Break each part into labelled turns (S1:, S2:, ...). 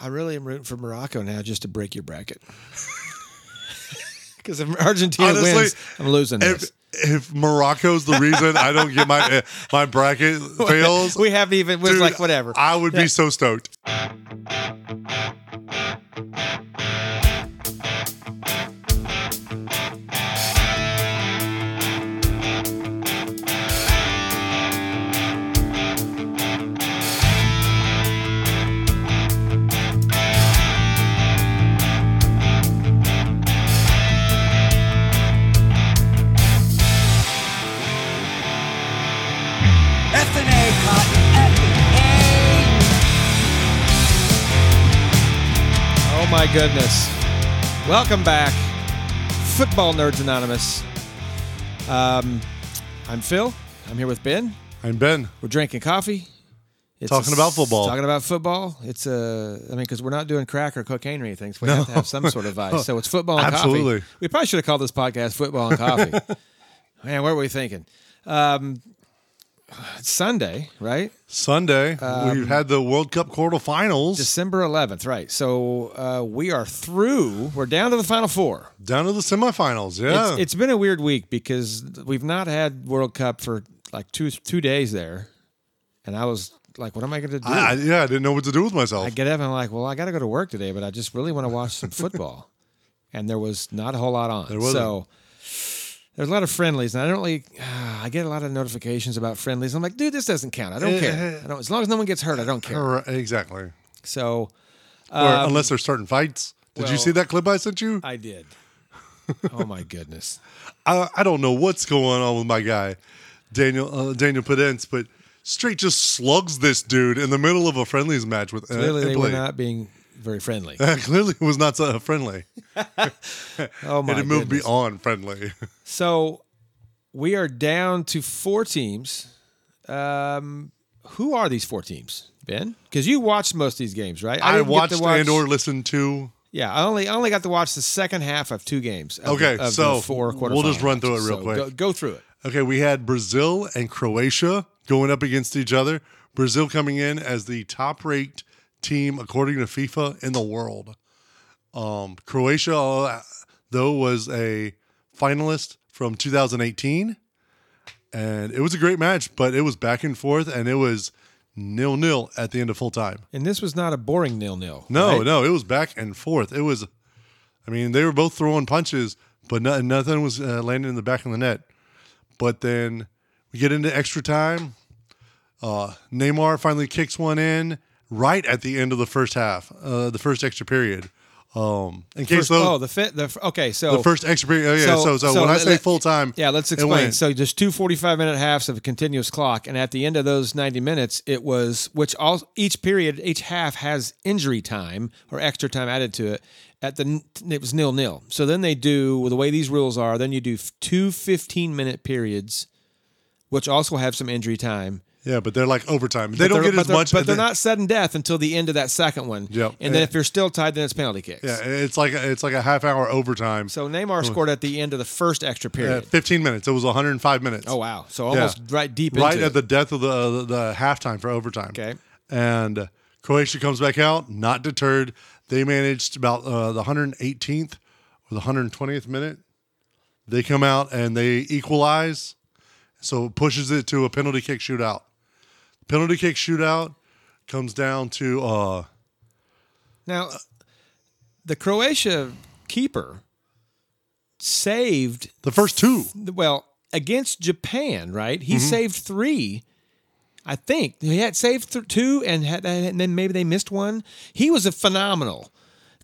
S1: I really am rooting for Morocco now just to break your bracket. Because if Argentina
S2: Honestly,
S1: wins, I'm losing
S2: If
S1: this.
S2: if Morocco's the reason I don't get my my bracket fails,
S1: we haven't even was
S2: dude,
S1: like whatever.
S2: I would be so stoked.
S3: F&A Cotton, F&A.
S1: oh my goodness! Welcome back, Football Nerds Anonymous. Um, I'm Phil. I'm here with Ben.
S2: I'm Ben.
S1: We're drinking coffee. It's
S2: Talking about football.
S1: Talking about football. It's a. I mean, because we're not doing crack or cocaine or anything, so we have to have some sort of vice. So it's football and
S2: Absolutely.
S1: coffee. We probably should have called this podcast "Football and Coffee." Man, what were we thinking? Um, it's Sunday, right?
S2: Sunday,
S1: Um,
S2: we've had the World Cup quarterfinals
S1: December eleventh, right? So uh, we are through. We're down to the final four.
S2: down to the semifinals. Yeah,
S1: It's, it's been a weird week because we've not had World Cup for like two two days there, and I was like, "What am I going to do?"
S2: I, I- yeah, I didn't know what to do with myself.
S1: I get up and I'm like, well, I got to go to work today, but I just really want to watch some football. and there was not a whole lot on.
S2: wasn't.
S1: So there's a lot of friendlies, and I don't really. ah, I get a lot of notifications about friendlies. I'm like, dude, this doesn't count. I don't care. I don't. As long as no one gets hurt, I don't care.
S2: Or- exactly.
S1: So
S2: or unless they're starting fights. Did you
S1: Um, well-
S2: see that clip I sent you?
S1: I did. oh my goodness.
S2: I, I don't know what's going on with my guy, Daniel uh, Daniel Pedence, but straight just slugs this dude in the middle of a friendlies match with uh,
S1: Clearly, they
S2: Italy.
S1: were not being very friendly.
S2: Clearly, it was not so friendly.
S1: Oh my.
S2: it had moved
S1: goodness.
S2: beyond friendly.
S1: So we are down to four teams. Um, who are these four teams, Ben? Because you watched most of these games, right?
S2: I,
S1: didn't get to
S2: watched
S1: watch-
S2: and or listened to.
S1: Yeah, I only I only got to watch the second half of two games. Of
S2: Okay,
S1: the, of
S2: so
S1: the four quarterfinals.
S2: we'll just run through it real
S1: So
S2: quick.
S1: Go, go through it.
S2: Okay, we had Brazil and Croatia going up against each other. Brazil coming in as the top ranked team according to FIFA in the world. Um, Croatia, uh, though, was a finalist from 2018. And it was a great match, but it was back and forth and it was nil nil at the end of full time.
S1: And this was not a boring nil nil.
S2: No,
S1: right?
S2: no, it was back and forth. It was, I mean, they were both throwing punches, but no, nothing was uh, landing in the back of the net. But then we get into extra time. Uh, Neymar finally kicks one in right at the end of the first half, uh, the first extra period. Um, in case
S1: First,
S2: though,
S1: oh, the fit. The f- okay. So
S2: the first extra period. Oh, yeah, so, so, when I
S1: let-
S2: say
S1: let-
S2: full time,
S1: yeah, let's
S2: it
S1: explain.
S2: went.
S1: So just two 45 minute halves of a continuous clock, and at the end of those 90 minutes, it was which all each period, each half has injury time or extra time added to it. At the it was nil nil. So then they do well, the way these rules are. Then you do f- two 15 minute periods, which also have some injury time.
S2: yeah, but they're like overtime. They
S1: But
S2: don't
S1: they're-
S2: get
S1: but
S2: as
S1: they're-
S2: much.
S1: But they're not sudden death until the end of that second one.
S2: Yep.
S1: And then
S2: Yeah.
S1: if you're still tied, then it's penalty kicks.
S2: Yeah, it's like a, it's like a half hour overtime. So
S1: So Neymar scored at the end of the first extra
S2: yeah,
S1: period.
S2: 15 minutes. It was 105 minutes.
S1: Oh wow! So almost right deep
S2: right
S1: into
S2: at
S1: it.
S2: the death of the, the the halftime for overtime.
S1: Okay.
S2: and uh, Croatia comes back out, not deterred. They managed about uh, the 118th or the 120th minute. They come out and they equalize, so it pushes it to a penalty kick shootout. Penalty kick shootout comes down to uh,
S1: Now, the Croatia keeper saved,
S2: the first two.
S1: well, against Japan, right? He
S2: Mm-hmm.
S1: saved three, I think. He had saved th- two, and, had, and then maybe they missed one. He was a phenomenal.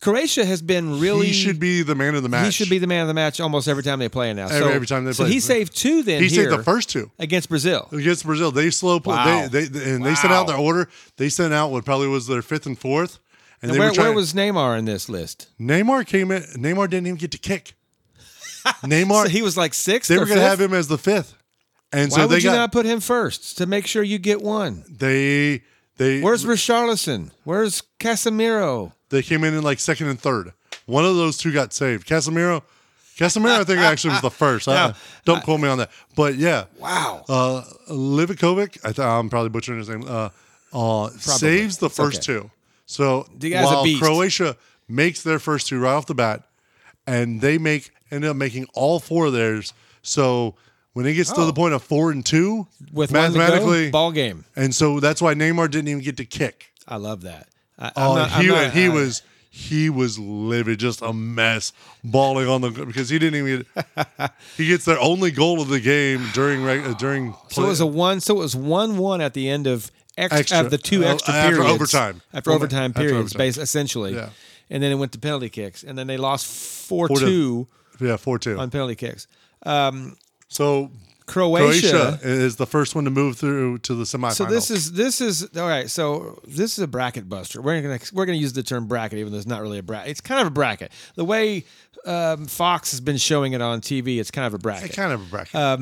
S1: Croatia has been really.
S2: He should be the man of the match.
S1: He should be the man of the match almost every time they play now. so,
S2: Every- every time they
S1: so
S2: play.
S1: he saved two then
S2: He saved
S1: here
S2: the first two.
S1: against Brazil.
S2: against Brazil. They slow play.
S1: Wow.
S2: They, they and they sent out
S1: Wow.
S2: their order. They sent out what probably was their fifth and fourth. And,
S1: And
S2: they
S1: where,
S2: were trying,
S1: where was Neymar in this list?
S2: Neymar came in. Neymar didn't even get to kick. Neymar.
S1: So he was like sixth.
S2: they
S1: or
S2: were going to
S1: fifth?
S2: have him as the fifth, and
S1: Why
S2: so
S1: would
S2: they
S1: you
S2: got
S1: not put him first to make sure you get one?
S2: they they
S1: Where's Richarlison? Where's Casemiro?
S2: they came in in like second and third. One of those two got saved. Casemiro. Casemiro, I think actually was the first. I, don't quote me on that. But yeah,
S1: Wow.
S2: uh, Livikovic, I th- I'm probably butchering his name, uh, uh, saves the
S1: okay.
S2: first two. So
S1: The guy's a
S2: while
S1: beast.
S2: Croatia makes their first two right off the bat, and they make end up making all four of theirs. So when it gets to the point of four and two,
S1: Oh. With one to
S2: mathematically,
S1: go, ball game.
S2: and so that's why Neymar didn't even get to kick.
S1: I love that. I,
S2: Oh,
S1: I'm not- I'm
S2: he,
S1: not-
S2: he
S1: I-
S2: was he was livid, just a mess, bawling on the because he didn't even. he gets their only goal of the game during reg- uh, during.
S1: So it was a one. So it was one one at the end of extra,
S2: Extra.
S1: of the two
S2: Uh,
S1: extra
S2: after
S1: periods
S2: overtime.
S1: after
S2: Over-
S1: overtime
S2: after
S1: periods,
S2: overtime.
S1: base essentially.
S2: Yeah.
S1: And then it went to penalty kicks, and then they lost four
S2: Four to-
S1: two
S2: yeah four two.
S1: on penalty kicks.
S2: So
S1: Croatia.
S2: Croatia is the first one to move through to the semifinals.
S1: So this is this is all right. So this is a bracket buster. We're gonna we're gonna use the term bracket, even though it's not really a bracket. It's kind of a bracket. The way um, Fox has been showing it on TV, it's kind of a bracket.
S2: kind of a bracket.
S1: Uh,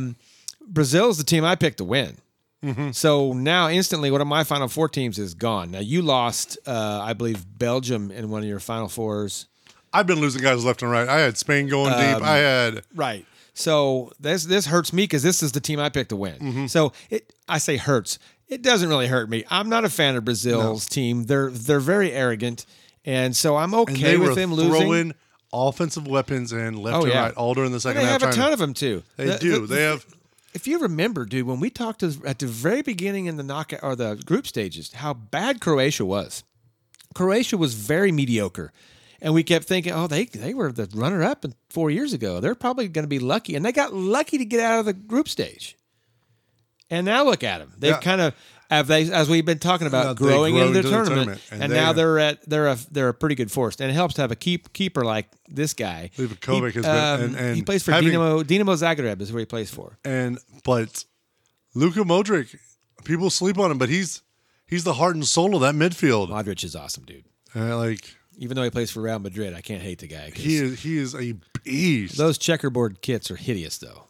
S1: Brazil's the team I picked to win.
S2: Mm-hmm.
S1: So now instantly, one of my final four teams is gone. Now you lost, uh, I believe, Belgium in one of your final fours.
S2: I've been losing guys left and right. I had Spain going
S1: Um,
S2: deep. I had
S1: Right. So this this hurts me because this is the team I picked to win.
S2: Mm-hmm.
S1: So it I say hurts. It doesn't really hurt me. I'm not a fan of Brazil's team. They're they're very arrogant, and so I'm okay
S2: and they
S1: with
S2: were
S1: them
S2: throwing
S1: losing.
S2: offensive weapons and left
S1: Oh,
S2: and
S1: yeah.
S2: right all during the second
S1: They
S2: half.
S1: have a
S2: trying
S1: ton
S2: to-
S1: of them too.
S2: they
S1: The-
S2: do.
S1: the-
S2: they have
S1: if you remember, dude, when we talked to, at the very beginning in the knockout or the group stages, how bad Croatia was. Croatia was very mediocre, and we kept thinking, oh, they they were the runner up four years ago. They're probably going to be lucky, and they got lucky to get out of the group stage. And now look at them. They've
S2: Yeah.
S1: kind of have they, as we've been talking about,
S2: They
S1: growing
S2: grow
S1: into the
S2: into the
S1: tournament,
S2: tournament,
S1: and,
S2: and
S1: now
S2: they-
S1: they're at they're a they're a pretty good force, and it helps to have a keep keeper like this guy.
S2: Livkovic
S1: he, um,
S2: has been- and- and
S1: he plays for
S2: having-
S1: Dinamo Dinamo Zagreb is where he plays for.
S2: and but Luka Modric, people sleep on him, but he's he's the heart and soul of that midfield.
S1: Modric is awesome, dude.
S2: Uh, like
S1: Even though he plays for Real Madrid, I can't hate the guy. 'cause
S2: he is he is a beast.
S1: those checkerboard kits are hideous, though.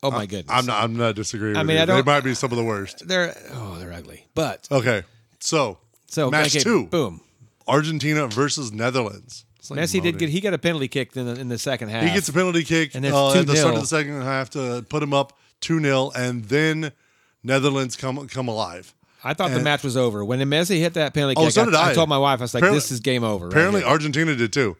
S1: Oh my goodness,
S2: Uh, I'm not I'm not disagreeing.
S1: I
S2: with
S1: mean,
S2: you.
S1: I
S2: they
S1: don't-
S2: might be some of the worst.
S1: They're oh, they're ugly. But
S2: Okay, so
S1: so
S2: Uh, match
S1: okay,
S2: two,
S1: boom.
S2: Argentina versus Netherlands. It's like
S1: Messi did
S2: Modric.
S1: get he got a penalty kick in the, in the second half.
S2: He gets a penalty kick
S1: And it's
S2: uh, at the
S1: 2-0.
S2: start of the second half to put him up 2 0, and then Netherlands come come alive.
S1: I thought the
S2: and-
S1: match was over when Messi hit that penalty
S2: Oh,
S1: kick.
S2: so did
S1: I,
S2: I.
S1: told my wife, I was like,
S2: Apparently-
S1: "This is game over." right
S2: Apparently,
S1: here.
S2: Argentina did too.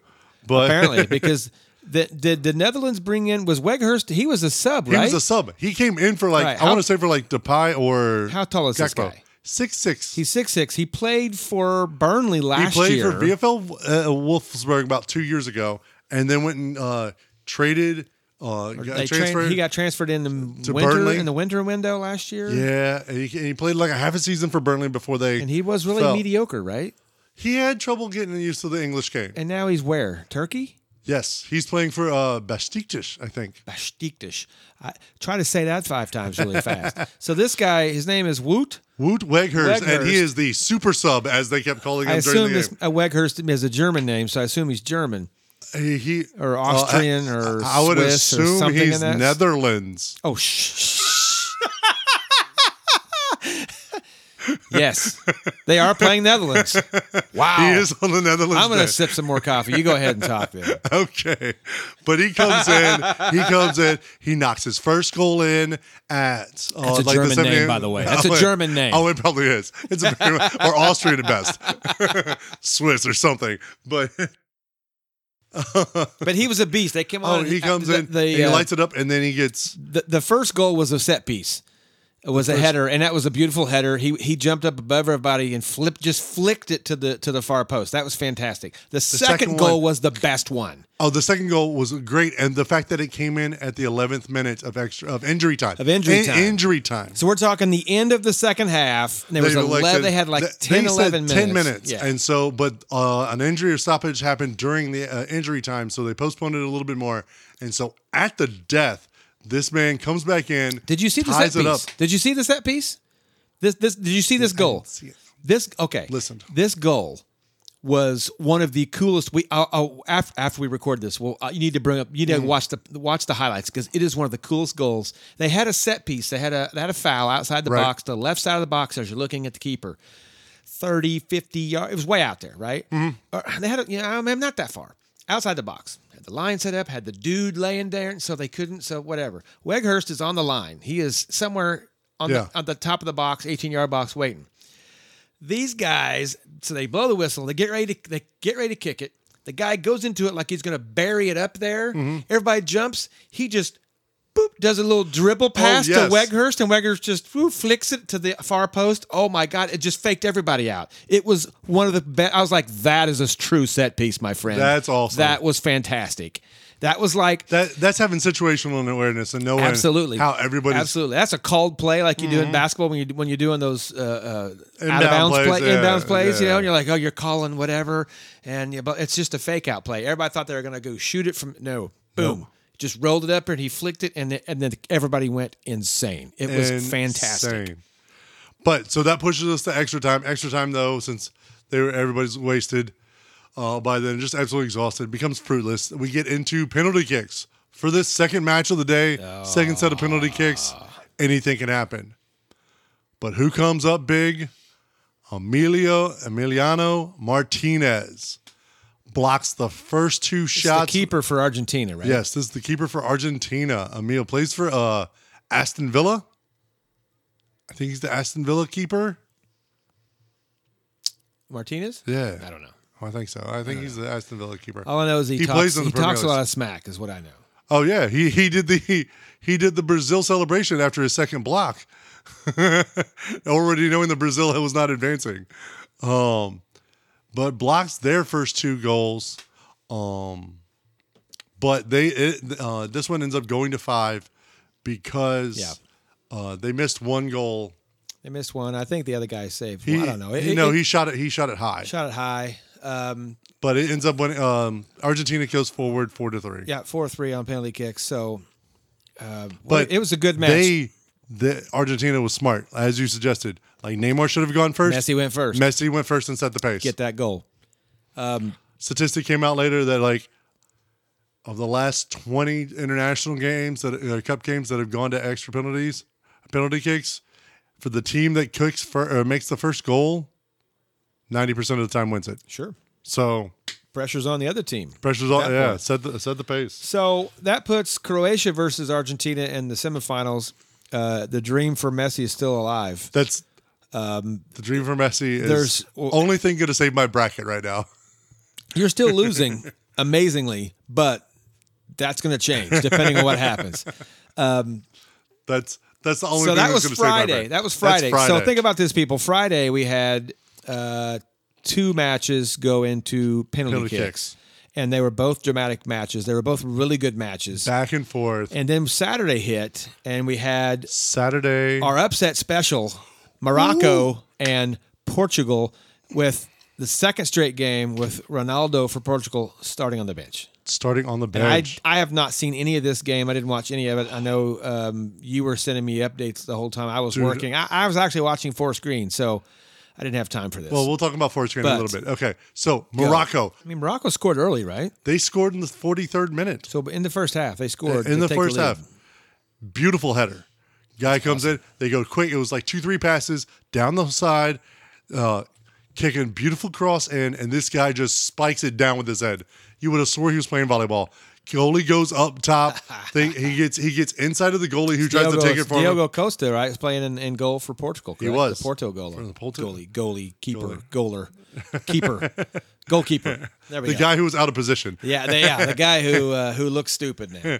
S2: But
S1: apparently, because the, did the Netherlands bring in was Weghurst? He was a sub,
S2: he
S1: right?
S2: was a sub. He came in for like,
S1: Right,
S2: I
S1: how-
S2: want to say for like Depay or.
S1: How tall is this guy?
S2: 6'6. Six,
S1: He's six six. He played for Burnley
S2: he
S1: last
S2: played
S1: year.
S2: for VFL uh, Wolfsburg about two years ago and then went and uh, traded. Uh, got
S1: They trained-
S2: transferred.
S1: he got transferred in the
S2: to
S1: winter
S2: Burnley.
S1: in the winter window last year.
S2: yeah, and he, and he played like a half a season for Burnley before they.
S1: And he was really
S2: fell.
S1: mediocre, right?
S2: He had trouble getting used to the English game.
S1: And now he's where? Turkey?
S2: Yes, he's playing for uh Bastiktish, I think.
S1: Bashiktash. I try to say that five times really fast. so this guy, his name is Woot.
S2: Woot Weghurst, and
S1: Weghurst.
S2: he is the super sub as they kept calling him
S1: I
S2: during
S1: assume
S2: the
S1: this
S2: game.
S1: uh, Weghurst is a German name, so I assume he's German
S2: He, he-
S1: or
S2: uh,
S1: Austrian or
S2: I would
S1: Swiss or
S2: assume
S1: something
S2: he's
S1: in that.
S2: Netherlands.
S1: oh shh. yes, they are playing Netherlands. Wow.
S2: He is on the Netherlands.
S1: I'm going to
S2: day.
S1: sip some more coffee. You go ahead and talk, Bill.
S2: okay, but he comes in. He comes in. He knocks his first goal in at. Uh,
S1: That's a
S2: like
S1: German name,
S2: the 70
S1: by the way. That's a
S2: Oh, it-
S1: German name.
S2: Oh, it probably is. It's a very, or Austrian at best, Swiss or something. But
S1: But he was a beast. They came on.
S2: oh, he comes
S1: the,
S2: in.
S1: The,
S2: and he
S1: uh,
S2: lights it up, and then he gets
S1: the, the first goal was a set piece. It was a header, and that was a beautiful header. He he jumped up above everybody and flipped, just flicked it to the to the far post. That was fantastic. The, second,
S2: second
S1: goal
S2: one-
S1: was the best one
S2: Oh, the second goal was great, and the fact that it came in at the eleventh minute of extra of injury time
S1: of injury
S2: In-
S1: time.
S2: injury time.
S1: So we're talking the end of the second half. And there was
S2: They
S1: eleven.
S2: elected-
S1: they had like
S2: they-
S1: 10,
S2: they said
S1: 11 minutes.
S2: Ten minutes,
S1: Yeah.
S2: and so but uh, an injury or stoppage happened during the uh, injury time, so they postponed it a little bit more, and so at the death, this man comes back in.
S1: Did you see the set
S2: ties
S1: piece?
S2: it up?
S1: Did you see the set piece? This this did you see this goal?
S2: see it.
S1: This okay.
S2: Listen.
S1: This goal was one of the coolest. We I'll, I'll, after, after we record this, well, uh, you need to bring up. You
S2: Mm-hmm.
S1: need to watch the watch the highlights because it is one of the coolest goals. They had a set piece. They had a they had a foul outside the
S2: Right.
S1: box, the left side of the box as you're looking at the keeper. 30, 50 yards. It was way out there, right? Or they had, a, you know, I mean, not that far outside the box. Had the line set up, had the dude laying there, and so they couldn't. So whatever. Weghurst is on the line. He is somewhere on
S2: Yeah.
S1: the on the top of the box, eighteen yard box, waiting. These guys, so they blow the whistle, they get ready to they get ready to kick it. The guy goes into it like he's gonna bury it up there.
S2: Mm-hmm.
S1: Everybody jumps. He just boop does a little dribble pass
S2: Oh, yes.
S1: to Weghurst, and Weghurst just woo, flicks it to the far post. Oh my god! It just faked everybody out. It was one of the best. I was like, that is a true set piece, my friend.
S2: That's awesome.
S1: That was fantastic. That was like
S2: That that's having situational awareness and knowing
S1: absolutely
S2: how everybody's Mm-hmm.
S1: absolutely that's a called play like you do in basketball when you when you're doing those uh, uh, out of
S2: Inbound
S1: bounds
S2: plays,
S1: play,
S2: yeah,
S1: inbounds plays you
S2: yeah.
S1: know and you're like oh you're calling whatever and you, but it's just a fake out play everybody thought they were gonna go shoot it from no boom just rolled it up and he flicked it and then, and then everybody went insane it was fantastic
S2: Insane. But so that pushes us to extra time. Extra time though, since they were everybody's wasted uh, by then, just absolutely exhausted, becomes fruitless. We get into penalty kicks for this second match of the day. Second set of penalty kicks.
S1: Ah.
S2: Anything can happen. But who comes up big? Emilio Emiliano Martinez blocks the first two
S1: It's the
S2: shots
S1: keeper for Argentina right
S2: Yes, this is the keeper for Argentina. Emil plays for uh, Aston Villa. I think he's the Aston Villa keeper.
S1: Martinez
S2: Yeah, Oh,
S1: I don't know
S2: I think so. I think he's the Aston Villa keeper.
S1: all I know is he,
S2: He
S1: talks,
S2: plays in the
S1: he
S2: Premier
S1: talks a lot
S2: League.
S1: of smack is what I know
S2: Oh yeah, he he did the he, he did the Brazil celebration after his second block, already knowing that Brazil was not advancing. Um, but blocks their first two goals. Um, but they it, uh, this one ends up going to five because
S1: Yeah.
S2: uh, they missed one goal.
S1: they missed one I think the other guy saved
S2: He,
S1: well, I don't know
S2: he,
S1: It-
S2: no,
S1: it-
S2: he shot it. He shot it high,
S1: shot it high um,
S2: but it ends up winning. Um, Argentina goes forward four to three.
S1: Yeah, four three on penalty kicks. So, uh,
S2: But
S1: but it was a good match.
S2: They, the Argentina was smart, as you suggested. Like Neymar should have gone first.
S1: Messi went first.
S2: Messi went first and set the pace.
S1: Get that goal.
S2: Statistic came out later that like of the last twenty international games that uh, cup games that have gone to extra penalties, penalty kicks, for the team that kicks for or makes the first goal, ninety percent of the time wins it.
S1: Sure,
S2: So
S1: pressure's on the other team.
S2: pressure's all
S1: That
S2: yeah.
S1: point.
S2: Set the set the pace.
S1: So that puts Croatia versus Argentina in the semifinals. Uh, the dream for Messi is still alive.
S2: That's. the dream for Messi is
S1: Um, there's-
S2: only thing going to save my bracket right now.
S1: You're still losing, amazingly, but that's going to change depending on what happens.
S2: That's that's the only.
S1: so that
S2: thing that's
S1: was
S2: gonna save my
S1: Friday.
S2: brain.
S1: That was
S2: That's
S1: Friday. So think about this, people. Friday we had uh, two matches go into penalty,
S2: Penalty
S1: kicks.
S2: kicks.
S1: and they were both dramatic matches. They were both really good matches.
S2: back and forth.
S1: and then Saturday hit, and we had
S2: Saturday.
S1: our upset special, Morocco and Portugal, with the second straight game with Ronaldo for Portugal starting on the bench.
S2: starting on the
S1: I,
S2: bench.
S1: I have not seen any of this game. I didn't watch any of it. I know um, you were sending me updates the whole time I was working. I, I was actually watching four screen, so I didn't have time for this.
S2: well, we'll talk about Forest Green in a
S1: But-
S2: little bit. Okay, so Morocco,
S1: I mean, Morocco scored early, right?
S2: they scored in the 43rd minute
S1: So in the first half, they scored
S2: in
S1: to
S2: the
S1: take
S2: first
S1: lead.
S2: half. Beautiful header. Guy comes in. They go quick. It was like two, three passes down the side, uh, kicking beautiful cross in, and this guy just spikes it down with his head. You would have swore he was playing volleyball. Goalie goes up top. They, he gets he gets inside of the goalie who tries to
S1: Diogo-
S2: take it from him.
S1: Diogo Costa, right, is playing in, in goal for Portugal. Correct?
S2: was.
S1: the Porto goaler,
S2: the Porto.
S1: goalie, goalie, keeper, goaler, keeper, goalkeeper. There we
S2: the
S1: go.
S2: guy who was out of position.
S1: yeah, they, yeah, the guy who uh, who looks stupid now.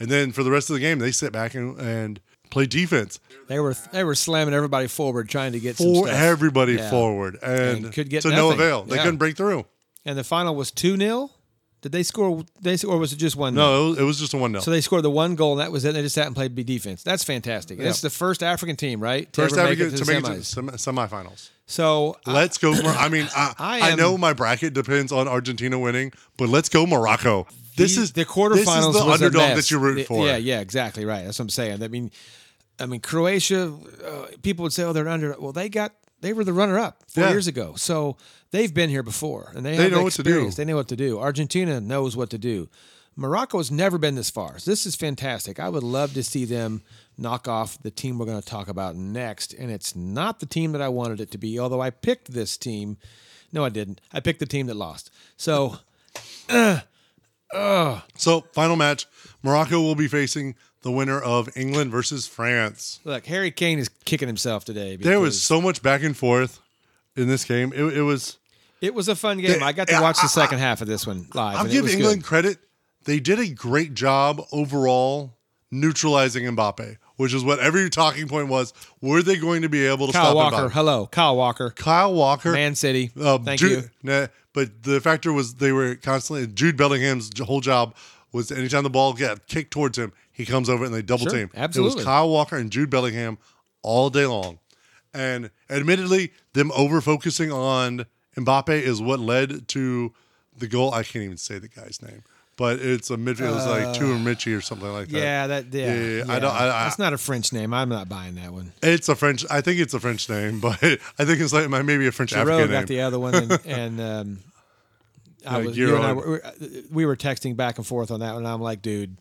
S2: And then for the rest of the game, they sit back and, and play defense
S1: They were they were slamming everybody forward, trying to get some
S2: for
S1: stuff.
S2: everybody
S1: Yeah.
S2: forward, and,
S1: And could get
S2: to no
S1: nothing.
S2: avail. They
S1: Yeah.
S2: couldn't break through.
S1: and the final was two 0 Did they score? They sc- or was it just one?
S2: No, it was, it was just a one 0
S1: So they scored the one goal, and that was it. They just sat and played B defense. That's fantastic. That's the first African team, right? to
S2: First
S1: ever
S2: time
S1: make
S2: to,
S1: it to the
S2: make it to the
S1: semis.
S2: semi- semifinals.
S1: So I-
S2: Let's go. Mor- I mean, I, I,
S1: I am-
S2: know my bracket depends on Argentina winning, but let's go Morocco. This
S1: The-
S2: is
S1: the
S2: This
S1: quarterfinals.
S2: is the
S1: was a
S2: underdog
S1: mess.
S2: that you root
S1: The-
S2: for.
S1: Yeah, yeah, exactly right. That's what I'm saying. I mean, I mean Croatia. Uh, people would say, "Oh, they're under." Well, they got they were the runner up four
S2: Yeah.
S1: years ago, so they've been here before, and they,
S2: They
S1: have
S2: know
S1: the
S2: what to
S1: experience.
S2: do.
S1: They know what to do. Argentina knows what to do. Morocco has never been this far. So this is fantastic. I would love to see them knock off the team we're going to talk about next, and it's not the team that I wanted it to be. Although I picked this team. No, I didn't. I picked the team that lost. So
S2: So final match, Morocco will be facing the winner of England versus France.
S1: look, Harry Kane is kicking himself today.
S2: There
S1: because-
S2: was so much back and forth. in this game. It, it was.
S1: It was a fun game. I got to
S2: Yeah,
S1: watch
S2: I-
S1: the second half of this one live.
S2: I'll
S1: and it
S2: give
S1: was good.
S2: England credit. They did a great job overall neutralizing Mbappe, which is what every talking point was. Were they going to be able to
S1: Kyle
S2: stop
S1: Walker.
S2: Mbappe?
S1: Hello, Kyle Walker.
S2: Kyle Walker.
S1: Man City.
S2: uh,
S1: Thank
S2: Jude-
S1: you.
S2: nah, but the factor was they were constantly Jude Bellingham's j- whole job was anytime the ball got kicked towards him, he comes over and they double
S1: Sure,
S2: team. It
S1: absolutely.
S2: was Kyle Walker and Jude Bellingham all day long. And admittedly, them over focusing on Mbappe is what led to the goal. I can't even say the guy's name, but it's a midfield. It was like two or Mitchy or something like that.
S1: Uh, Yeah, that yeah.
S2: Yeah, yeah, I don't- I- I-
S1: That's not a French name. I'm not buying that one.
S2: It's a French. I think it's a French name, but I think it's like maybe a French
S1: Giroud
S2: African
S1: got
S2: name.
S1: the other one, and, and um, I
S2: Yeah,
S1: was you and I
S2: Giroud.
S1: were, we were texting back and forth on that one. And I'm like, dude,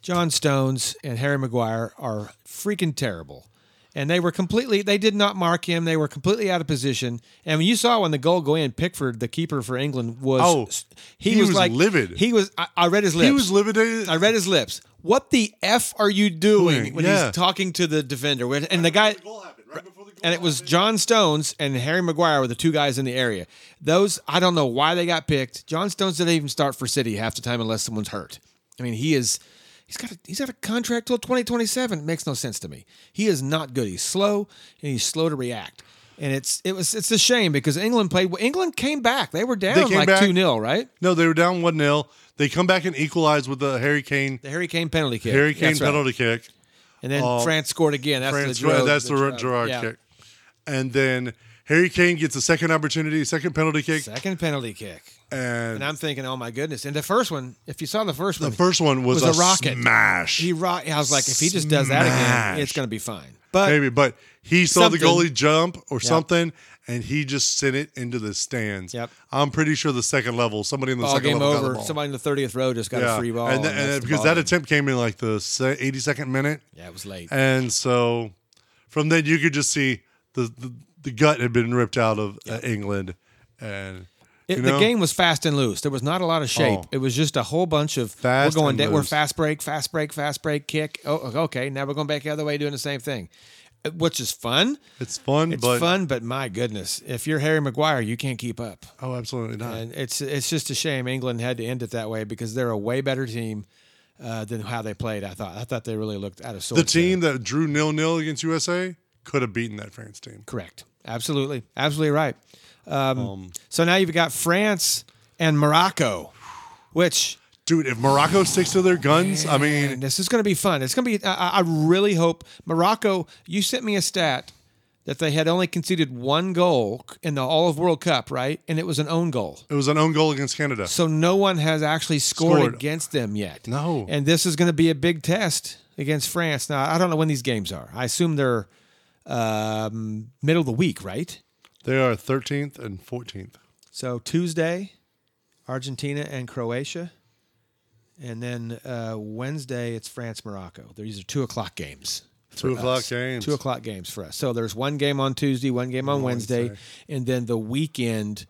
S1: John Stones and Harry Maguire are freaking terrible, and they were completely. They did not mark him. They were completely out of position. And when you saw when the goal go in, Pickford, the keeper for England, was
S2: Oh,
S1: he,
S2: he
S1: was,
S2: was
S1: like
S2: livid.
S1: He was. I, I read his lips.
S2: he was limited.
S1: I read his lips. What the f are you doing
S2: Doing,
S1: when
S2: yeah.
S1: he's talking to the defender? When- And the guy, and it was John Stones and Harry Maguire were the two guys in the area. Those I don't know why they got picked. John Stones didn't even start for City half the time unless someone's hurt. I mean, he is he's got a, he's got a contract till twenty twenty seven. It makes no sense to me. He is not good. He's slow and he's slow to react. And it's it was it's a shame because England played. England came back. They were down
S2: came
S1: like
S2: back.
S1: two 0 right?
S2: No, they were down one 0 They come back and equalize with the Harry Kane
S1: The Harry Kane penalty kick.
S2: Harry Kane
S1: That's right.
S2: penalty kick.
S1: And then France scored again. That's
S2: France,
S1: the Giroud,
S2: that's the,
S1: Giroud-
S2: Gerard
S1: yeah.
S2: kick, and then Harry Kane gets a second opportunity, second penalty kick,
S1: Second penalty kick.
S2: and
S1: And I'm thinking, oh my goodness. And the first one, if you saw the first
S2: the
S1: one,
S2: first one was,
S1: was
S2: a,
S1: a rocket.
S2: smash.
S1: he rock. I was like, if he just does that
S2: Smash.
S1: again, it's going to be fine. But
S2: Maybe, but he saw the
S1: Something.
S2: goalie jump or something, and he just sent it into the stands.
S1: Yep.
S2: I'm pretty sure the second level, somebody in the
S1: ball
S2: second
S1: game
S2: level got the
S1: over.
S2: ball.
S1: Somebody in the 30th row just got
S2: yeah.
S1: a free ball.
S2: and, th-
S1: that's
S2: and
S1: the
S2: because
S1: ball.
S2: that attempt came in like the se- 82nd minute,
S1: yeah, it was late.
S2: And so from then you could just see the the, the gut had been ripped out of uh, England and
S1: It,
S2: you
S1: The
S2: know,
S1: game was fast and loose. There was not a lot of shape.
S2: Oh.
S1: It was just a whole bunch of
S2: Fast
S1: we're going da-
S2: and
S1: we're
S2: loose.
S1: fast break, fast break, fast break, kick. Oh, okay. Now we're going back the other way, doing the same thing, Uh, which is fun.
S2: it's fun
S1: It's
S2: but
S1: fun, but my goodness, if you're Harry Maguire, you can't keep up.
S2: oh absolutely not
S1: And it's it's just a shame England had to end it that way because they're a way better team uh, than how they played. I thought I thought they really looked out of sorts.
S2: the
S1: there.
S2: team that drew nil nil against USA could have beaten that France team
S1: correct, absolutely, absolutely right. Um, so now you've got France and Morocco, which
S2: dude if Morocco sticks to their guns I mean
S1: and this is going to be fun. It's going to be. I, I- I really hope Morocco. You sent me a stat that they had only conceded one goal in the all of World Cup, right? And it was an own goal.
S2: it was an own goal against Canada
S1: So no one has actually scored,
S2: Scored.
S1: against them yet.
S2: No.
S1: And this is going to be a big test against France. Now, I don't know when these games are. I assume they're um, middle of the week, right?
S2: they are 13th and 14th
S1: So Tuesday, Argentina and Croatia. And then uh, Wednesday, it's France Morocco. These are two o'clock games.
S2: two o'clock games
S1: Two o'clock games for us. So there's one game on Tuesday, one game on Wednesday,
S2: Wednesday.
S1: and then the weekend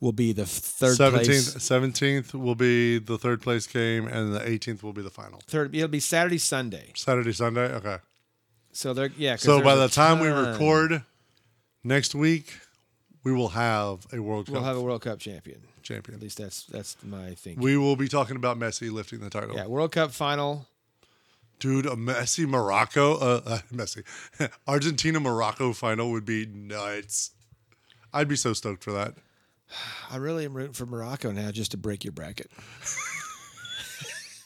S1: will be the third place.
S2: 17th 17th will be the third place game and the 18th will be the final
S1: Third, it'll be Saturday, Sunday.
S2: Saturday Sunday okay
S1: So they're yeah. 'cause
S2: So by the
S1: there's a
S2: time we
S1: ton.
S2: record next week, we will have a World
S1: we'll
S2: Cup
S1: have a World Cup champion. At
S2: champion.
S1: least that's that's my thinking.
S2: We will be talking about Messi lifting the title.
S1: yeah, World Cup final.
S2: Dude, a Messi Morocco, uh, uh Messi, Argentina Morocco final would be nuts. I'd be so stoked for that.
S1: I really am rooting for Morocco now just to break your bracket.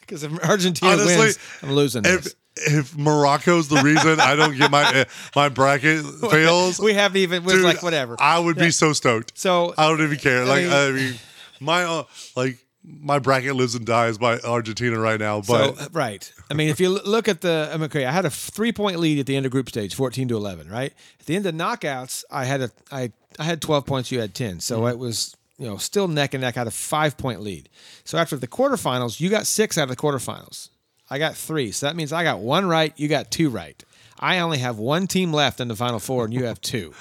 S1: Because if Argentina
S2: Honestly,
S1: wins, I'm losing.
S2: If
S1: this.
S2: if Morocco's the reason I don't get my uh, my bracket fails,
S1: we haven't even. We're
S2: dude,
S1: like whatever.
S2: I would be so stoked.
S1: so
S2: I don't even care. Like
S1: mean-
S2: I mean, my uh, like my bracket lives and dies by Argentina right now. But
S1: so, uh, right. I mean, if you l- look at the, I'm okay. I had a three point lead at the end of group stage, fourteen to eleven. Right at the end of knockouts, I had a, I, I had twelve points. You had ten, so it was you know still neck and neck. I had a five point lead. So after the quarterfinals, you got six out of the quarterfinals. I got three, so that means I got one right. You got two right. I only have one team left in the final four, and you have two.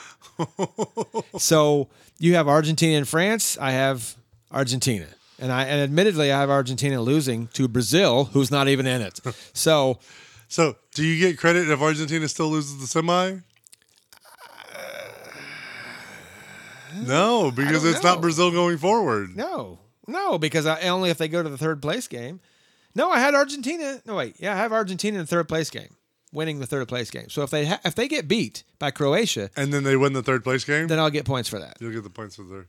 S1: so you have Argentina and France. I have Argentina, and I and admittedly I have Argentina losing to Brazil, who's not even in it. So
S2: So, do you get credit if Argentina still loses the semi? No, because
S1: don't
S2: it's
S1: know.
S2: not Brazil going forward.
S1: No, no, because I only if they go to the third place game. No, I had Argentina. No, wait, yeah, I have Argentina in the third place game, winning the third place game. So if they ha- if they get beat by Croatia,
S2: And then they win the third place game.
S1: then I'll get points for that.
S2: You'll get the points for there.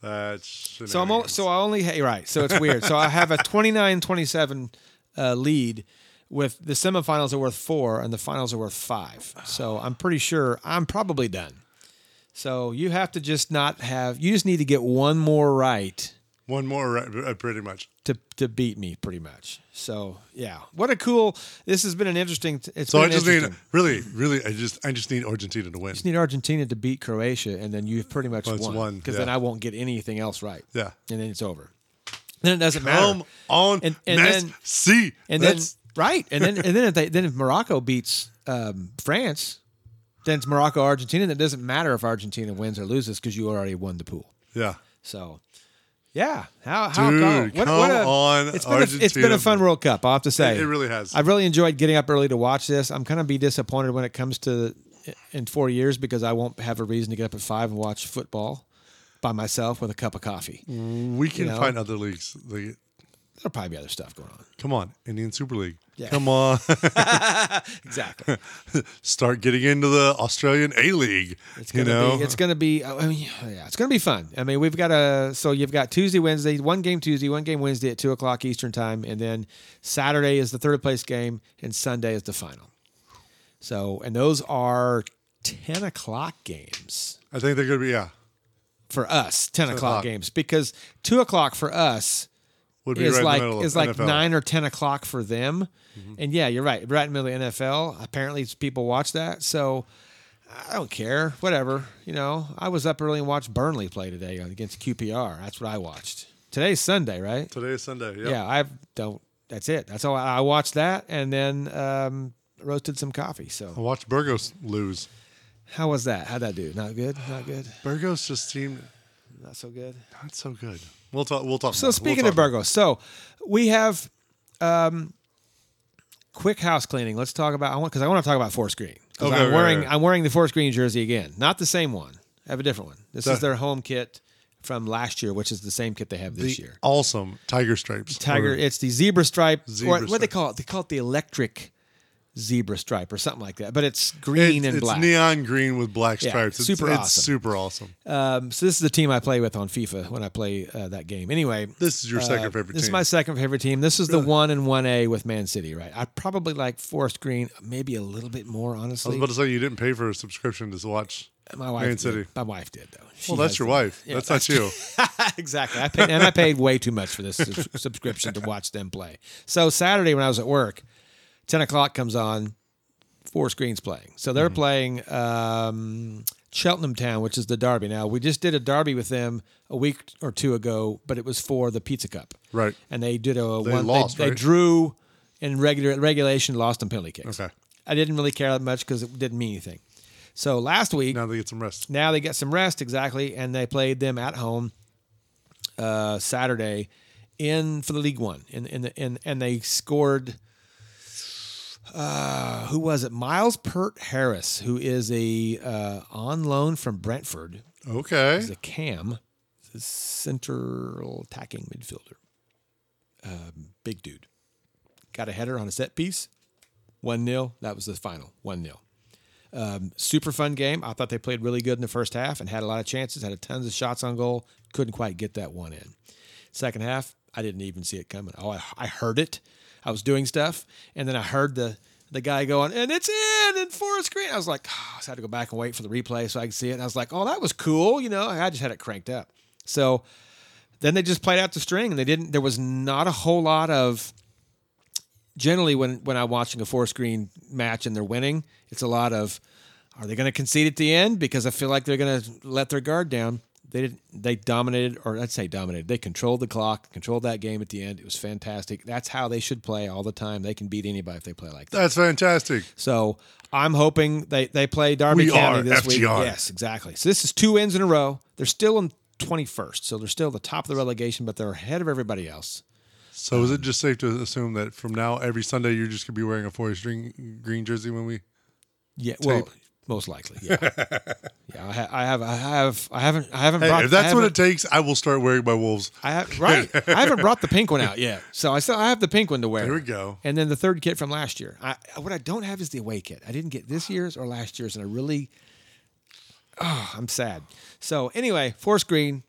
S2: That's
S1: So I'm o- so I only ha- right. So it's weird. so I have a 29-27 uh, lead. With the semifinals are worth four and the finals are worth five, so I'm pretty sure I'm probably done. So you have to just not have. You just need to get one more right
S2: one more, right, uh, pretty much.
S1: to to beat me pretty much. So yeah, what a cool. This has been an interesting. It's
S2: So
S1: been
S2: I just need
S1: interesting.
S2: really, really, I just, I just need Argentina to win.
S1: Just need Argentina to beat Croatia, and then you've pretty much
S2: Well, it's
S1: won.
S2: won,
S1: Because
S2: yeah.
S1: then I won't get anything else right.
S2: Yeah.
S1: and then it's over. Then it doesn't
S2: Come
S1: matter.
S2: on,
S1: And-
S2: and,
S1: and then-
S2: see,
S1: And then right, and then and then if they then if Morocco beats um, France, then it's Morocco Argentina. Then it doesn't matter if Argentina wins or loses because you already won the pool.
S2: yeah,
S1: So, yeah, how how
S2: Dude,
S1: go?
S2: come on,
S1: It's been, a, it's been a
S2: Argentina.
S1: fun World Cup. I have to say,
S2: It- it really has.
S1: I've really enjoyed getting up early to watch this. I'm kind of be disappointed when it comes to in four years because I won't have a reason to get up at five and watch football by myself with a cup of coffee.
S2: we can
S1: know.
S2: find other leagues. Like,
S1: There'll probably be other stuff going on.
S2: come on, Indian Super League.
S1: Yeah.
S2: Come on,
S1: Exactly.
S2: start getting into the Australian A League.
S1: It's
S2: You
S1: gonna
S2: know,
S1: be. It's gonna be. oh, I mean, yeah, it's gonna be fun. I mean, we've got a. So you've got Tuesday, Wednesday, one game Tuesday, one game Wednesday at two o'clock Eastern time, and then Saturday is the third place game, and Sunday is the final. So, and those are ten o'clock games
S2: I think they're gonna be. Yeah,
S1: for us. Ten, o'clock,
S2: o'clock.
S1: games because two o'clock for us
S2: would be
S1: is
S2: right in
S1: like
S2: the middle of
S1: is like
S2: NFL.
S1: nine or ten o'clock for them,
S2: Mm-hmm.
S1: and yeah, you're right. Right in the middle of NFL. Apparently, people watch that. So I don't care. Whatever. You know, I was up early and watched Burnley play today against QPR. That's what I watched. Today's Sunday, right?
S2: Today is Sunday. Yeah.
S1: Yeah, I don't. That's it. That's all. I I watched that and then um, roasted some coffee.
S2: I
S1: So
S2: watched Burgos lose.
S1: how was that? How'd that do? Not good. Not good.
S2: Burgos just seemed
S1: Not so good.
S2: not so good. We'll talk. We'll talk.
S1: So
S2: more. We'll
S1: speaking of
S2: talk more.
S1: Burgos, so we have um, quick house cleaning. Let's talk about I want because I want to talk about Forest Green. 'Cause
S2: Okay,
S1: I'm
S2: right,
S1: wearing
S2: right, right.
S1: I'm wearing the Forest Green jersey again, not the same one. I have a different one. This is
S2: The-
S1: their home kit from last year, which is the same kit they have this
S2: the
S1: year.
S2: awesome Tiger Stripes.
S1: Tiger, it's the zebra stripe.
S2: Zebra
S1: or what do they
S2: stripe.
S1: call it? They call it the electric zebra stripe or something like that. But it's green
S2: It's-
S1: and
S2: it's
S1: black.
S2: neon green with black
S1: Yeah,
S2: stripes. It's,
S1: super
S2: it's
S1: awesome.
S2: super awesome.
S1: Um, so this is the team I play with on FIFA when I play uh, that game. Anyway,
S2: This is your second
S1: Uh,
S2: favorite
S1: This is
S2: team.
S1: my second favorite team. This is the one and one A with Man City, right? I probably like Forest Green maybe a little bit more,
S2: I was
S1: honestly.
S2: about to say you didn't pay for a subscription to watch.
S1: my wife,
S2: Man
S1: did.
S2: City.
S1: My wife did though. She
S2: Well, that's
S1: has
S2: your
S1: the-
S2: wife.
S1: Uh, Yeah,
S2: that's not you.
S1: exactly. I paid, and I paid way too much for this subs- subscription to watch them play. So Saturday when I was at work, ten o'clock comes on, four screens playing. So
S2: Mm-hmm.
S1: they're playing um, Cheltenham Town, which is the derby. Now we just did a derby with them a week or two ago, but it was for the Pizza Cup,
S2: Right.
S1: And they did a one.
S2: lost,
S1: They,
S2: right?
S1: drew in regular regulation, lost on penalty kicks.
S2: Okay.
S1: I didn't really care that much because it didn't mean anything. So last week,
S2: now they get some rest.
S1: now they get some rest exactly, and they played them at home uh, Saturday in for the League One, in in the in, and they scored. Uh, who was it? Miles Pert Harris, who is a uh, on loan from Brentford,
S2: Okay.
S1: is a cam, is a central attacking midfielder. Um, big dude. Got a header on a set piece. 1 0. That was the final. 1 0. Um, super fun game. I thought they played really good in the first half and had a lot of chances, had tons of shots on goal. Couldn't quite get that one in. Second half, I didn't even see it coming. Oh, I, I heard it. I was doing stuff, and then I heard the the guy going, and it's in, and Forest Green. I was like, oh, so I had to go back and wait for the replay so I could see it. And I was like, oh, that was cool. You know, I just had it cranked up. So then they just played out the string, and they didn't. There was not a whole lot of. Generally, when when I'm watching a Forest Green match and they're winning, it's a lot of, are they going to concede at the end? Because I feel like they're going to let their guard down. They did, they dominated, or I'd say dominated. They controlled the clock, controlled that game at the end. It was fantastic. That's how they should play all the time. They can beat anybody if they play like that.
S2: That's fantastic.
S1: So I'm hoping they, they play Derby
S2: We
S1: County
S2: are
S1: this week.
S2: FGR.
S1: Yes, exactly. So this is two wins in a row. They're still in 21st, so they're still the top of the relegation, but they're ahead of everybody else.
S2: So is it just safe to assume that from now every Sunday you're just gonna be wearing a forest green, green jersey when we
S1: Yeah, well,
S2: Tape.
S1: most likely. Yeah, yeah. I, ha- I have, I have, I haven't, I haven't.
S2: Hey,
S1: brought,
S2: if that's
S1: I
S2: what it
S1: haven't-
S2: takes, I will start wearing my wolves.
S1: I have right. I haven't brought the pink one out yet, so I still I have the pink one to wear.
S2: There we go.
S1: And then the third kit from last year. I what I don't have is the away kit. I didn't get this year's or last year's, and I really, oh, I'm sad. So anyway, force green,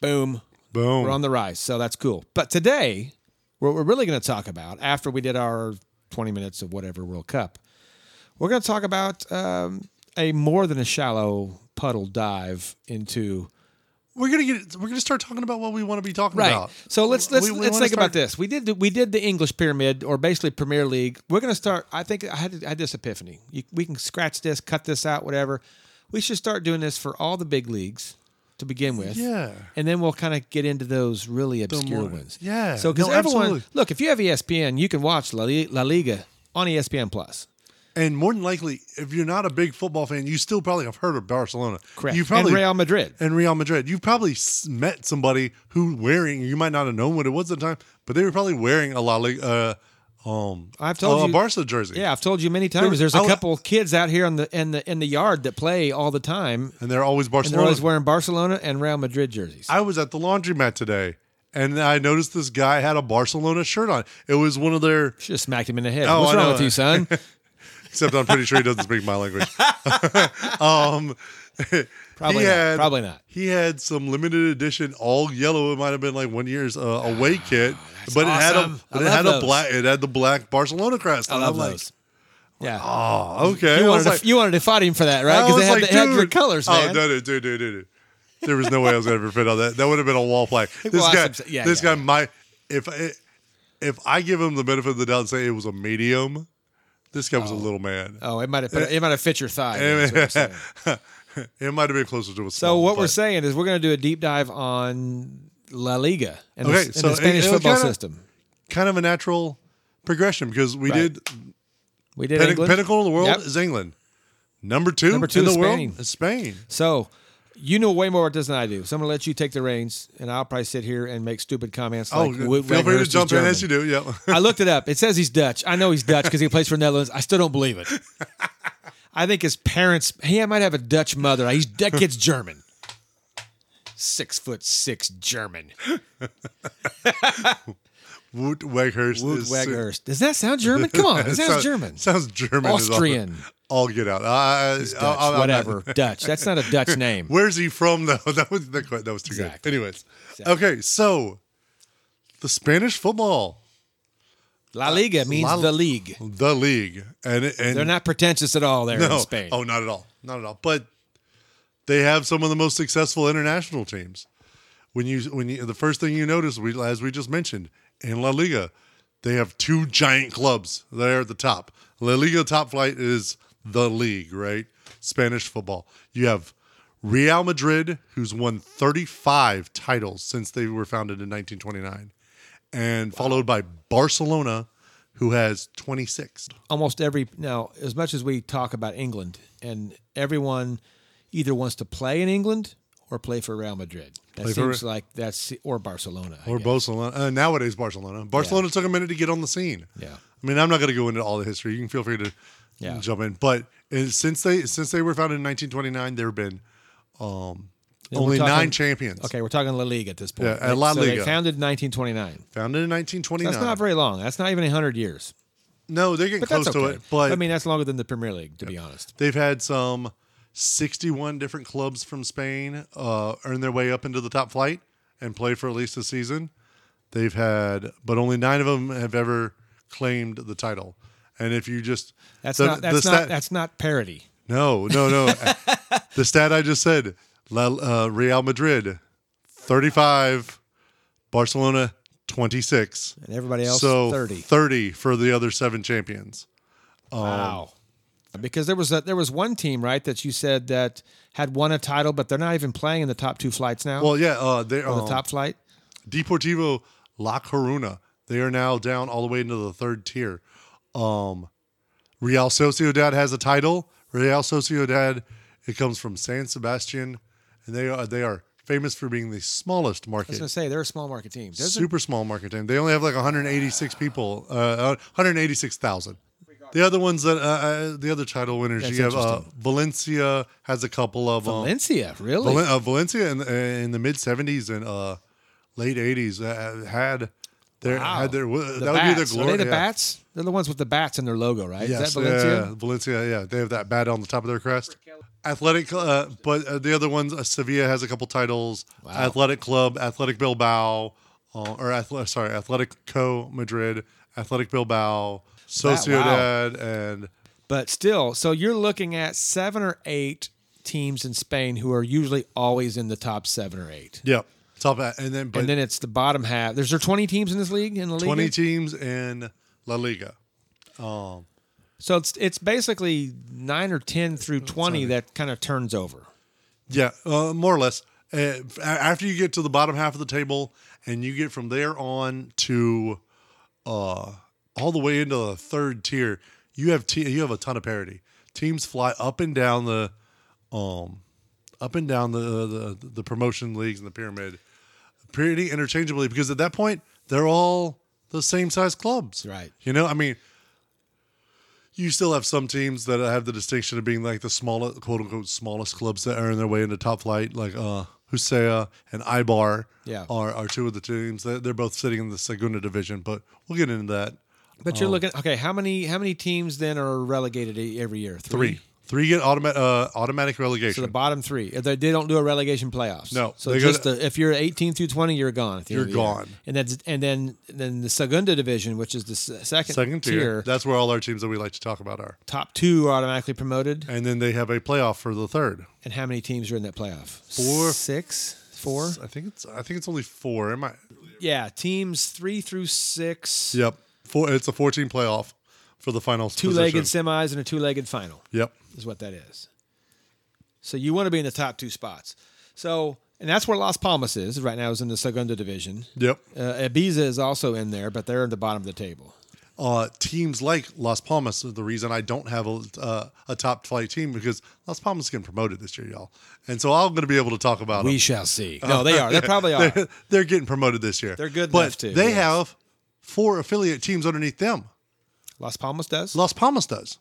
S1: boom,
S2: Boom.
S1: we're on the rise. So that's cool. But today, what we're really going to talk about after we did our 20 minutes of whatever World Cup, we're going to talk about um, a more than a shallow puddle dive into
S2: we're gonna get. We're gonna start talking about what we want to be talking about.
S1: So let's let's
S2: We- we
S1: let's
S2: wanna
S1: think about
S2: start-
S1: this. We did the, we did the English pyramid or basically Premier League. We're going to start. I think I had I had this epiphany. You, we can scratch this, cut this out, whatever. We should start doing this for all the big leagues to begin with.
S2: Yeah.
S1: and then we'll kind of get into those really obscure
S2: more-
S1: ones.
S2: yeah.
S1: So because
S2: No,
S1: everyone,
S2: absolutely.
S1: look, if you have E ESPN, you can watch La, Li- La Liga on E ESPN Plus.
S2: And more than likely, if you're not a big football fan, you still probably have heard of Barcelona.
S1: Correct.
S2: You probably
S1: and Real Madrid.
S2: and Real Madrid. You've probably s- met somebody who wearing. You might not have known what it was at the time, but they were probably wearing a La Liga. Uh, um,
S1: I've told
S2: a
S1: you-
S2: Barca jersey.
S1: Yeah, I've told you many times. There's a
S2: I wa-
S1: couple kids out here on the in the in the yard that play all the time,
S2: and they're always
S1: and
S2: Barcelona.
S1: they're always wearing Barcelona and Real Madrid jerseys.
S2: I was at the laundromat today, and I noticed this guy had a Barcelona shirt on. It was one of their.
S1: Should have smacked him in the head.
S2: Oh,
S1: What's
S2: I
S1: wrong
S2: know.
S1: with you, son?
S2: Except I'm pretty sure he doesn't speak my language. um,
S1: Probably
S2: he
S1: not.
S2: had-
S1: Probably not.
S2: He had some limited edition, all yellow. It might have been like one year's uh, away kit, but it had a
S1: Ah, awesome.
S2: but
S1: I
S2: it had
S1: love
S2: a
S1: those.
S2: black. It had the black Barcelona crest.
S1: I
S2: And
S1: love
S2: I'm like,
S1: those. Yeah.
S2: Oh, okay.
S1: you,
S2: I
S1: wanted
S2: was
S1: to,
S2: like,
S1: you wanted to fight him for that,
S2: I
S1: right? Because they,
S2: was
S1: had,
S2: like,
S1: they had your
S2: dude.
S1: colors,
S2: Oh,
S1: man.
S2: no, no, dude, dude, dude, dude. There was no way I was gonna ever fit all that. That would have been a wall play. This
S1: Well,
S2: guy,
S1: that's- yeah,
S2: this
S1: yeah,
S2: guy might if I, if I give him the benefit of the doubt and say it was a medium, this guy was a little man.
S1: Oh, it might have put, it might have fit your thigh. is what I'm saying.
S2: It might have been closer to a.
S1: so
S2: small,
S1: what we're
S2: Oh, but-
S1: saying is we're going to do a deep dive on La Liga and,
S2: Okay,
S1: the, and
S2: so
S1: the Spanish
S2: it- it'll
S1: football
S2: kinda-
S1: system.
S2: kind of a natural progression because we
S1: Right.
S2: did
S1: We did
S2: pin-
S1: England.
S2: pinnacle of the world
S1: Yep.
S2: is England. Number two,
S1: Number two
S2: in the
S1: is
S2: world
S1: Spain.
S2: is Spain.
S1: So you know way more about this than I do. So I'm going to let you take the reins, and I'll probably sit here and make stupid comments.
S2: Oh,
S1: like,
S2: feel
S1: Wood
S2: free
S1: Weghorst
S2: to
S1: is
S2: jump in
S1: German.
S2: as you do. Yeah.
S1: I looked it up. It says he's Dutch. I know he's Dutch because he plays for Netherlands. I still don't believe it. I think his parents. He might have a Dutch mother. He's that kid's German. Six foot six German.
S2: Woot Weghurst.
S1: Wood
S2: is-
S1: Weghurst. Does that sound German? Come on, it sounds German.
S2: Sounds German. is all-
S1: Austrian.
S2: All get out. I,
S1: Dutch,
S2: I- I'm not-
S1: whatever. Dutch. That's not a Dutch name.
S2: where's he from though? That was that, that was too
S1: Exactly.
S2: good. Anyways, okay. So the Spanish football,
S1: La Liga means
S2: La-
S1: the league.
S2: the league, and it- and
S1: They're not pretentious at all there
S2: no,
S1: in Spain.
S2: oh, not at all, not at all. But they have some of the most successful international teams. When you when you, the first thing you notice, we as we just mentioned in La Liga, they have two giant clubs there at the top. La Liga top flight is the league, right? Spanish football. You have Real Madrid, who's won 35 titles since they were founded in 1929, and followed by Barcelona, who has 26.
S1: almost every now as much as we talk about England and everyone either wants to play in England or play for Real Madrid. That
S2: Play for-
S1: seems like that's or Barcelona. I
S2: or
S1: guess.
S2: Barcelona. Uh, nowadays, Barcelona. Barcelona took a minute to get on the scene.
S1: Yeah.
S2: I mean, I'm not going to go into all the history. You can feel free to
S1: Yeah.
S2: jump in. But uh, since they since they were founded in 1929, there have been um,
S1: Yeah, we're
S2: only
S1: talking-
S2: nine champions.
S1: Okay, we're talking La Liga at this point.
S2: Yeah, uh, La
S1: So they
S2: Liga.
S1: founded in 1929.
S2: Founded in 1929.
S1: That's not very long. That's not even 100 years.
S2: no, they're getting
S1: But
S2: close
S1: that's
S2: to
S1: okay.
S2: it. But
S1: I mean, that's longer than the Premier League, to be honest.
S2: they've had some 61 different clubs from Spain uh, earn their way up into the top flight and play for at least a season. They've had, but only nine of them have ever claimed the title. And if you just
S1: That's
S2: the-
S1: not
S2: the
S1: that's not
S2: stat-
S1: that's not parity.
S2: No, no, no. the stat I just said: La, uh, Real Madrid, thirty-five; Barcelona, twenty-six.
S1: And everybody else
S2: so
S1: 30.
S2: for the other seven champions. um,
S1: Wow. Because there was a, there was one team, right, that you said that had won a title, but they're not even playing in the top two flights now.
S2: Well, yeah, uh, they
S1: or
S2: are
S1: the top flight.
S2: Deportivo La Coruna. They are now down all the way into the third tier. Um, Real Sociedad has a title. Real Sociedad. It comes from San Sebastian, and they are they are famous for being the smallest
S1: I was
S2: market
S1: gonna say they're a small market team. Doesn't
S2: uh, super small market team. They only have like 186 people, uh, 186,000. The other ones that uh, uh, the other title winners,
S1: That's
S2: you have uh,
S1: interesting.
S2: Valencia has a couple of them.
S1: Valencia, really?
S2: Valen- uh, Valencia in, in the mid '70s and uh, late '80s uh, had their
S1: Wow.
S2: had their that
S1: The
S2: would be their
S1: bats.
S2: glory.
S1: Are they the
S2: yeah.
S1: bats? They're the ones with the bats in their logo, right?
S2: Yes,
S1: Is that Valencia?
S2: Yeah, Valencia, yeah. They have that bat on the top of their crest. Athletic, uh, but uh, the other ones, uh, Sevilla has a couple titles. Athletic Club, Athletic Bilbao, uh, or Athle- sorry, Athletic Co Madrid, Athletic Bilbao, Sociedad, and
S1: But still, so you're looking at seven or eight teams in Spain who are usually always in the top seven or eight.
S2: yeah, top that. And then, but
S1: And then it's the bottom half. There's there 20 teams in this league in the league.
S2: 20 teams in La Liga.
S1: So it's it's basically nine or 10 through 20 that kind of turns over.
S2: Yeah, uh, more or less. Uh, f- a- after you get to the bottom half of the table, and you get from there on to uh, all the way into the third tier, you have te- you have a ton of parity. Teams fly up and down the, um, up and down the the, the promotion leagues and the pyramid, pretty interchangeably because at that point they're all the same size clubs,
S1: Right.
S2: You know, I mean, you still have some teams that have the distinction of being like the smallest, quote unquote, smallest clubs that earn their way into top flight, like uh, Husea and Ibar.
S1: Yeah.
S2: are are two of the teams. They're, they're both sitting in the Segunda division, but we'll get into that.
S1: But
S2: Oh.
S1: you're looking okay, how many how many teams then are relegated e- every year?
S2: Three, three get automatic uh, automatic
S1: So
S2: relegation.
S1: the bottom three, If they, they don't do a relegation playoffs.
S2: No,
S1: so
S2: they go
S1: just
S2: to-
S1: the, if you're 18 through 20, you're gone. at the end
S2: You're
S1: of the year.
S2: gone.
S1: And that's and then then the Segunda division, which is the se- second,
S2: Second tier.
S1: tier
S2: That's where all our teams that we like to talk about are,
S1: top two are automatically promoted.
S2: and then they have a playoff for the third.
S1: And how many teams are in that playoff?
S2: Four.
S1: Six? Four?
S2: I think it's I think it's only four. Am I?
S1: Yeah, teams three through six,
S2: Yep, four. It's a fourteen playoff for the final
S1: two legged
S2: position.
S1: semis, and a two legged final
S2: Yep.
S1: is what that is. So you want to be in the top two spots. So, and that's where Las Palmas is right now, is in the Segunda division.
S2: Yep.
S1: Uh, Ibiza is also in there, but they're at the bottom of the table.
S2: uh, teams like Las Palmas are the reason I don't have a, uh, a top flight team because Las Palmas is getting promoted this year, y'all. And so I'm going to be able to talk about
S1: We
S2: them.
S1: shall see. No, they are. They probably are.
S2: They're, they're getting promoted this year.
S1: They're good
S2: but
S1: enough to,
S2: They
S1: yes.
S2: have four affiliate teams underneath them.
S1: Las Palmas does.
S2: Las Palmas does.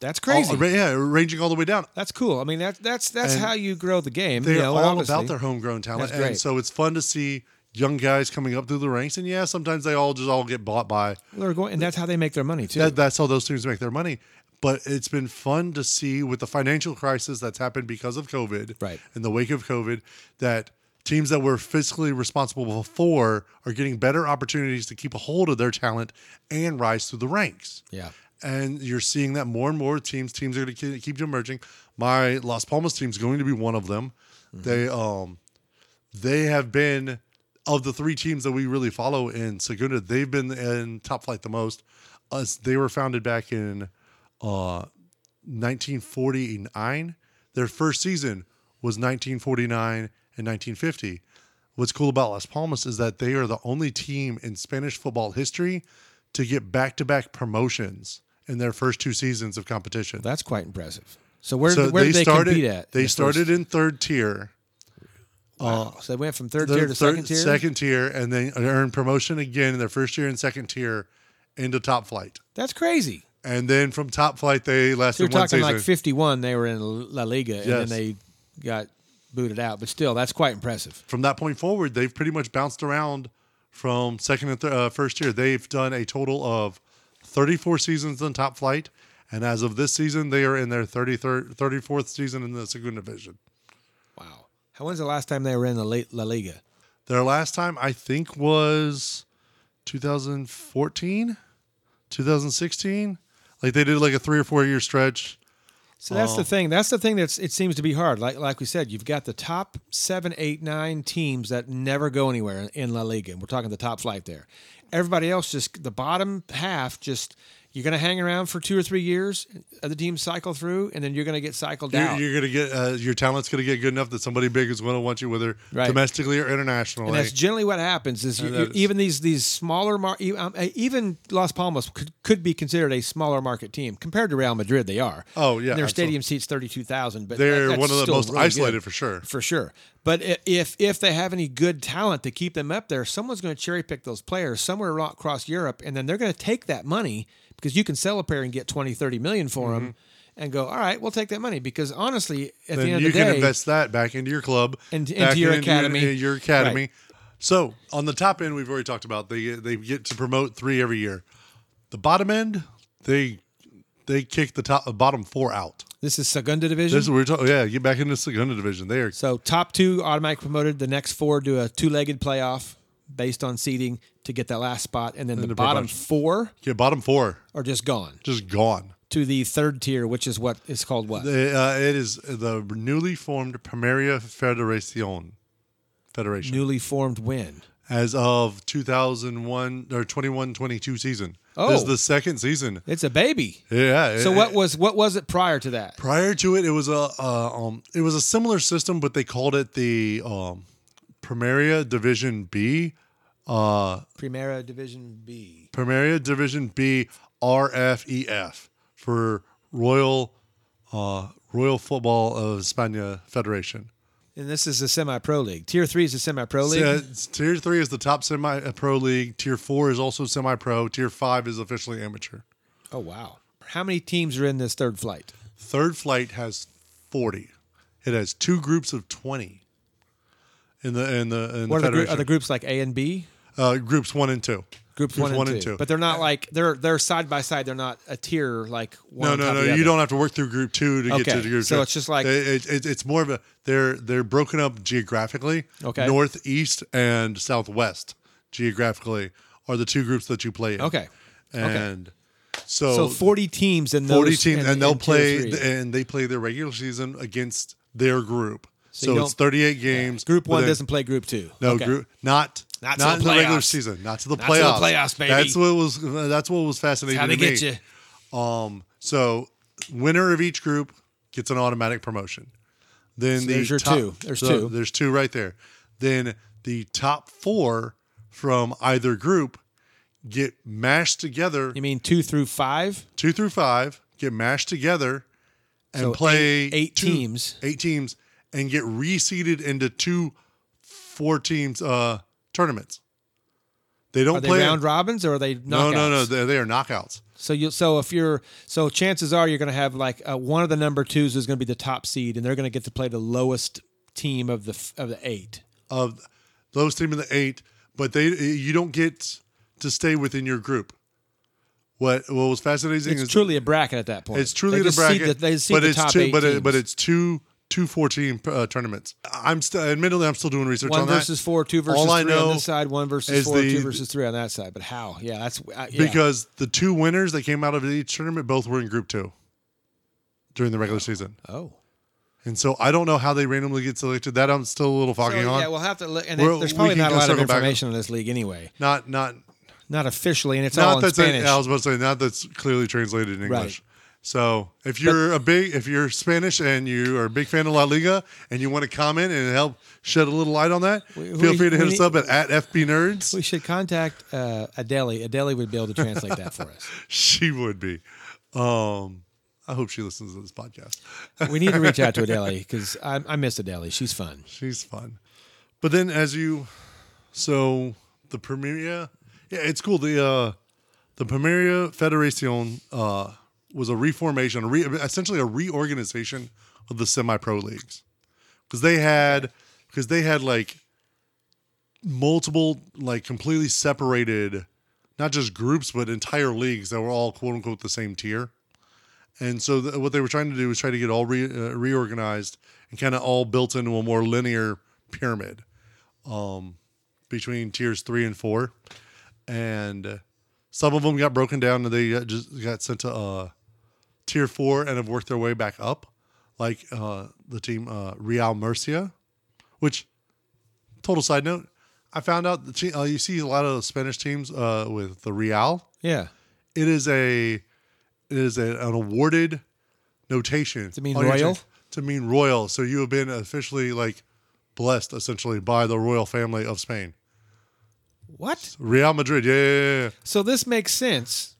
S1: That's crazy.
S2: All- Oh, ra- yeah, ranging all the way down.
S1: That's cool. I mean, that, that's that's
S2: And
S1: how you grow the game.
S2: They're
S1: you know,
S2: all
S1: obviously.
S2: about their homegrown talent,
S1: That's
S2: and
S1: great.
S2: so it's fun to see young guys coming up through the ranks. And yeah, sometimes they all just all get bought by
S1: They're going, and that's how they make their money too.
S2: that, that's how those teams make their money. But it's been fun to see with the financial crisis that's happened because of COVID,
S1: Right.
S2: In the wake of COVID, that teams that were fiscally responsible before are getting better opportunities to keep a hold of their talent and rise through the ranks.
S1: yeah.
S2: And you're seeing that more and more teams teams are going to keep emerging. My Las Palmas team's going to be one of them. They um they have been of the three teams that we really follow in Segunda. They've been in top flight the most. Us they were founded back in uh 1949. Their first season was 1949 and 1950. What's cool about Las Palmas is that they are the only team in Spanish football history to get back-to-back promotions in their first two seasons of competition.
S1: That's quite impressive. So where,
S2: so
S1: where
S2: they
S1: did they
S2: started
S1: compete at?
S2: they
S1: The
S2: started in third tier.
S1: first- uh, so they went from third
S2: Their
S1: tier to
S2: third-
S1: second tier.
S2: second tier, and then earned promotion again in their first year and second tier into top flight.
S1: That's crazy.
S2: And then from top flight, they
S1: So you're
S2: lasted one
S1: talking
S2: season.
S1: like 51. They were in La Liga,
S2: Yes.
S1: and then they got booted out. But still, that's quite impressive.
S2: from that point forward, they've pretty much bounced around from second and th- uh, first year. They've done a total of 34 seasons in top flight. And as of this season, they are in their 33rd, 34th season in the second division.
S1: Wow. How when's the last time they were in the La, La Liga?
S2: Their last time, I think, was 2014, 2016. Like they did like a three or four year stretch.
S1: So that's
S2: Oh.
S1: the thing. That's the thing that's it seems to be hard. Like like we said, you've got the top seven, eight, nine teams that never go anywhere in, in La Liga. And we're talking the top flight there. Everybody else just the bottom half just you're gonna hang around for two or three years, other teams cycle through, and then you're gonna get cycled
S2: You're,
S1: out.
S2: you're gonna get uh, your talent's gonna get good enough that somebody big is gonna want you, whether
S1: Right.
S2: domestically or internationally.
S1: and that's generally what happens. Is you,
S2: that
S1: you-
S2: is-
S1: even these these smaller mar- e- um, uh, even Las Palmas could, could be considered a smaller market team compared to Real Madrid. They are.
S2: Oh, yeah,
S1: their
S2: absolutely.
S1: stadium seats thirty two thousand. But that-
S2: They're
S1: that's
S2: one of the
S1: still
S2: most
S1: really good.
S2: isolated for sure.
S1: for sure. But i- if if they have any good talent to keep them up there, someone's going to cherry pick those players somewhere ro- across Europe, and then they're going to take that money because you can sell a pair and get 20, 30 million for them and go, all right, we'll take that money. Because honestly, at the end
S2: Mm-hmm. then
S1: of
S2: you
S1: the day,
S2: can invest that back into your club
S1: And- into
S2: back
S1: your academy.
S2: your, your academy. So on the top end, we've already talked about they they get to promote three every year. The bottom end, they they kick the top the bottom four out.
S1: this is Segunda Division.
S2: This is what we're talking. Yeah, get back into Segunda Division. They are
S1: so top two automatic promoted. The next four do a two legged playoff based on seeding to get that last spot. And then the,
S2: the
S1: bottom
S2: promotion.
S1: four
S2: yeah, bottom four
S1: are just gone
S2: just gone.
S1: to the third tier, which is what is called what?
S2: They, uh, it is the newly formed Primaria Federacion Federation
S1: Newly formed win.
S2: as of 2001 or 21 22 season. This
S1: Oh.
S2: is the second season.
S1: It's a baby.
S2: Yeah.
S1: So
S2: it-
S1: what was what was it prior to that?
S2: prior to it, it was a uh, um, it was a similar system, but they called it the um, Primaria Division B, uh,
S1: Primera Division B.
S2: Primaria Division B RFEF for Royal uh, Royal Football of España Federation.
S1: And this is the semi pro league. Tier three is the semi pro league.
S2: Yeah, it's- tier three is the top semi uh, pro league. Tier four is also semi pro. Tier five is officially amateur.
S1: oh wow. How many teams are in this third flight?
S2: Third flight has forty. It has two groups of twenty. In the in the in
S1: What
S2: the
S1: are the, grou-
S2: federation.
S1: are the groups like A and B?
S2: uh, groups one and two.
S1: Groups one, and, two. But they're not like they're they're side by side. They're not a tier like one.
S2: no,
S1: on
S2: no,
S1: top
S2: no.
S1: of the
S2: You
S1: other.
S2: don't have to work through group two to get
S1: Okay,
S2: to the group
S1: so
S2: two.
S1: it's just like-
S2: it, it- it's more of a they're they're broken up geographically.
S1: Okay.
S2: north, east, and southwest geographically are the two groups that you play in.
S1: Okay.
S2: and
S1: So
S2: so,
S1: forty teams in those.
S2: forty teams,
S1: in-
S2: and, they'll
S1: in tier
S2: play
S1: three.
S2: and they play their regular season against their group.
S1: you
S2: So, it's
S1: don't-
S2: thirty eight games.
S1: group
S2: but
S1: one
S2: then-
S1: doesn't play group two.
S2: No,
S1: Okay.
S2: group not
S1: Not
S2: not,
S1: to the
S2: in the regular
S1: playoffs.
S2: season. Not to the
S1: Not to the
S2: playoffs.
S1: playoffs, baby.
S2: That's what was. That's what was fascinating.
S1: How they
S2: to me.
S1: get you?
S2: So winner of each group gets an automatic promotion. Then the
S1: there's your
S2: top-
S1: two. There's
S2: so
S1: two.
S2: There's two right there. Then the top four from either group get mashed together.
S1: You mean two through five?
S2: Two through five get mashed together and
S1: So
S2: play
S1: eight- eight
S2: two-
S1: teams.
S2: Eight teams and get reseeded into two four teams uh, tournaments. They don't
S1: Are they
S2: play
S1: round robins or are they knockouts?
S2: no, no, no. They, they are knockouts.
S1: So you so if you're so chances are you're going to have like uh, one of the number twos is going to be the top seed and they're going to get to play the lowest team of the f- of the eight.
S2: of those team in the eight, but they you don't get to stay within your group. What what was fascinating
S1: It's
S2: is
S1: truly a bracket at that point.
S2: it's truly
S1: They
S2: the
S1: just seed
S2: bracket,
S1: the- they see
S2: but
S1: the
S2: it's
S1: top
S2: two,
S1: eight
S2: but
S1: teams.
S2: It, but it's two two fourteen uh, tournaments. I'm still admittedly I'm still doing research
S1: one
S2: on
S1: versus
S2: that
S1: four, two versus
S2: All I
S1: three on
S2: know
S1: this side, one versus
S2: is
S1: four,
S2: the-
S1: two versus three on that side. But how? Yeah, that's I, yeah.
S2: because the two winners that came out of each tournament both were in group two during the regular season,
S1: oh.
S2: and so I don't know how they randomly get selected. That I'm still a little
S1: So,
S2: foggy on.
S1: Oh, yeah, we'll have to look. And
S2: We're-
S1: there's
S2: we
S1: probably
S2: can
S1: not a
S2: go
S1: lot of
S2: circle back.
S1: information on this league anyway.
S2: not not
S1: Not officially, and it's all
S2: not
S1: in
S2: that's
S1: Spanish.
S2: I was about to say not that's clearly translated in English.
S1: Right.
S2: So if you're a big if you're Spanish and you are a big fan of La Liga and you want to comment and help shed a little light on that,
S1: We-
S2: feel
S1: we-
S2: free to hit
S1: we
S2: us
S1: need-
S2: up at, at FB Nerds.
S1: we should contact uh, Adeli. Adeli would be able to translate that for us.
S2: She would be. Um, I hope she listens to this podcast.
S1: We need to reach out to Adeli because I, I miss Adeli. She's fun.
S2: She's fun. But then as you so the Premier yeah, it's cool. The uh the Premier Federacion uh was a reformation, a re, essentially a reorganization of the semi-pro leagues. Cuz they had cuz they had like multiple like completely separated not just groups but entire leagues that were all quote unquote the same tier. And so th- what they were trying to do was try to get all re- uh, reorganized and kind of all built into a more linear pyramid um, between tiers three and four. And uh, some of them got broken down and they got, just got sent to uh, tier four and have worked their way back up, like uh, the team uh, Real Murcia, which, total side note, I found out the te- uh, you see a lot of Spanish teams uh, with the Real
S1: Yeah.
S2: it is a it is a, an awarded notation to
S1: mean royal?
S2: to mean royal so you have been officially like blessed essentially by the royal family of spain
S1: What?
S2: real madrid yeah, yeah, yeah.
S1: So this makes sense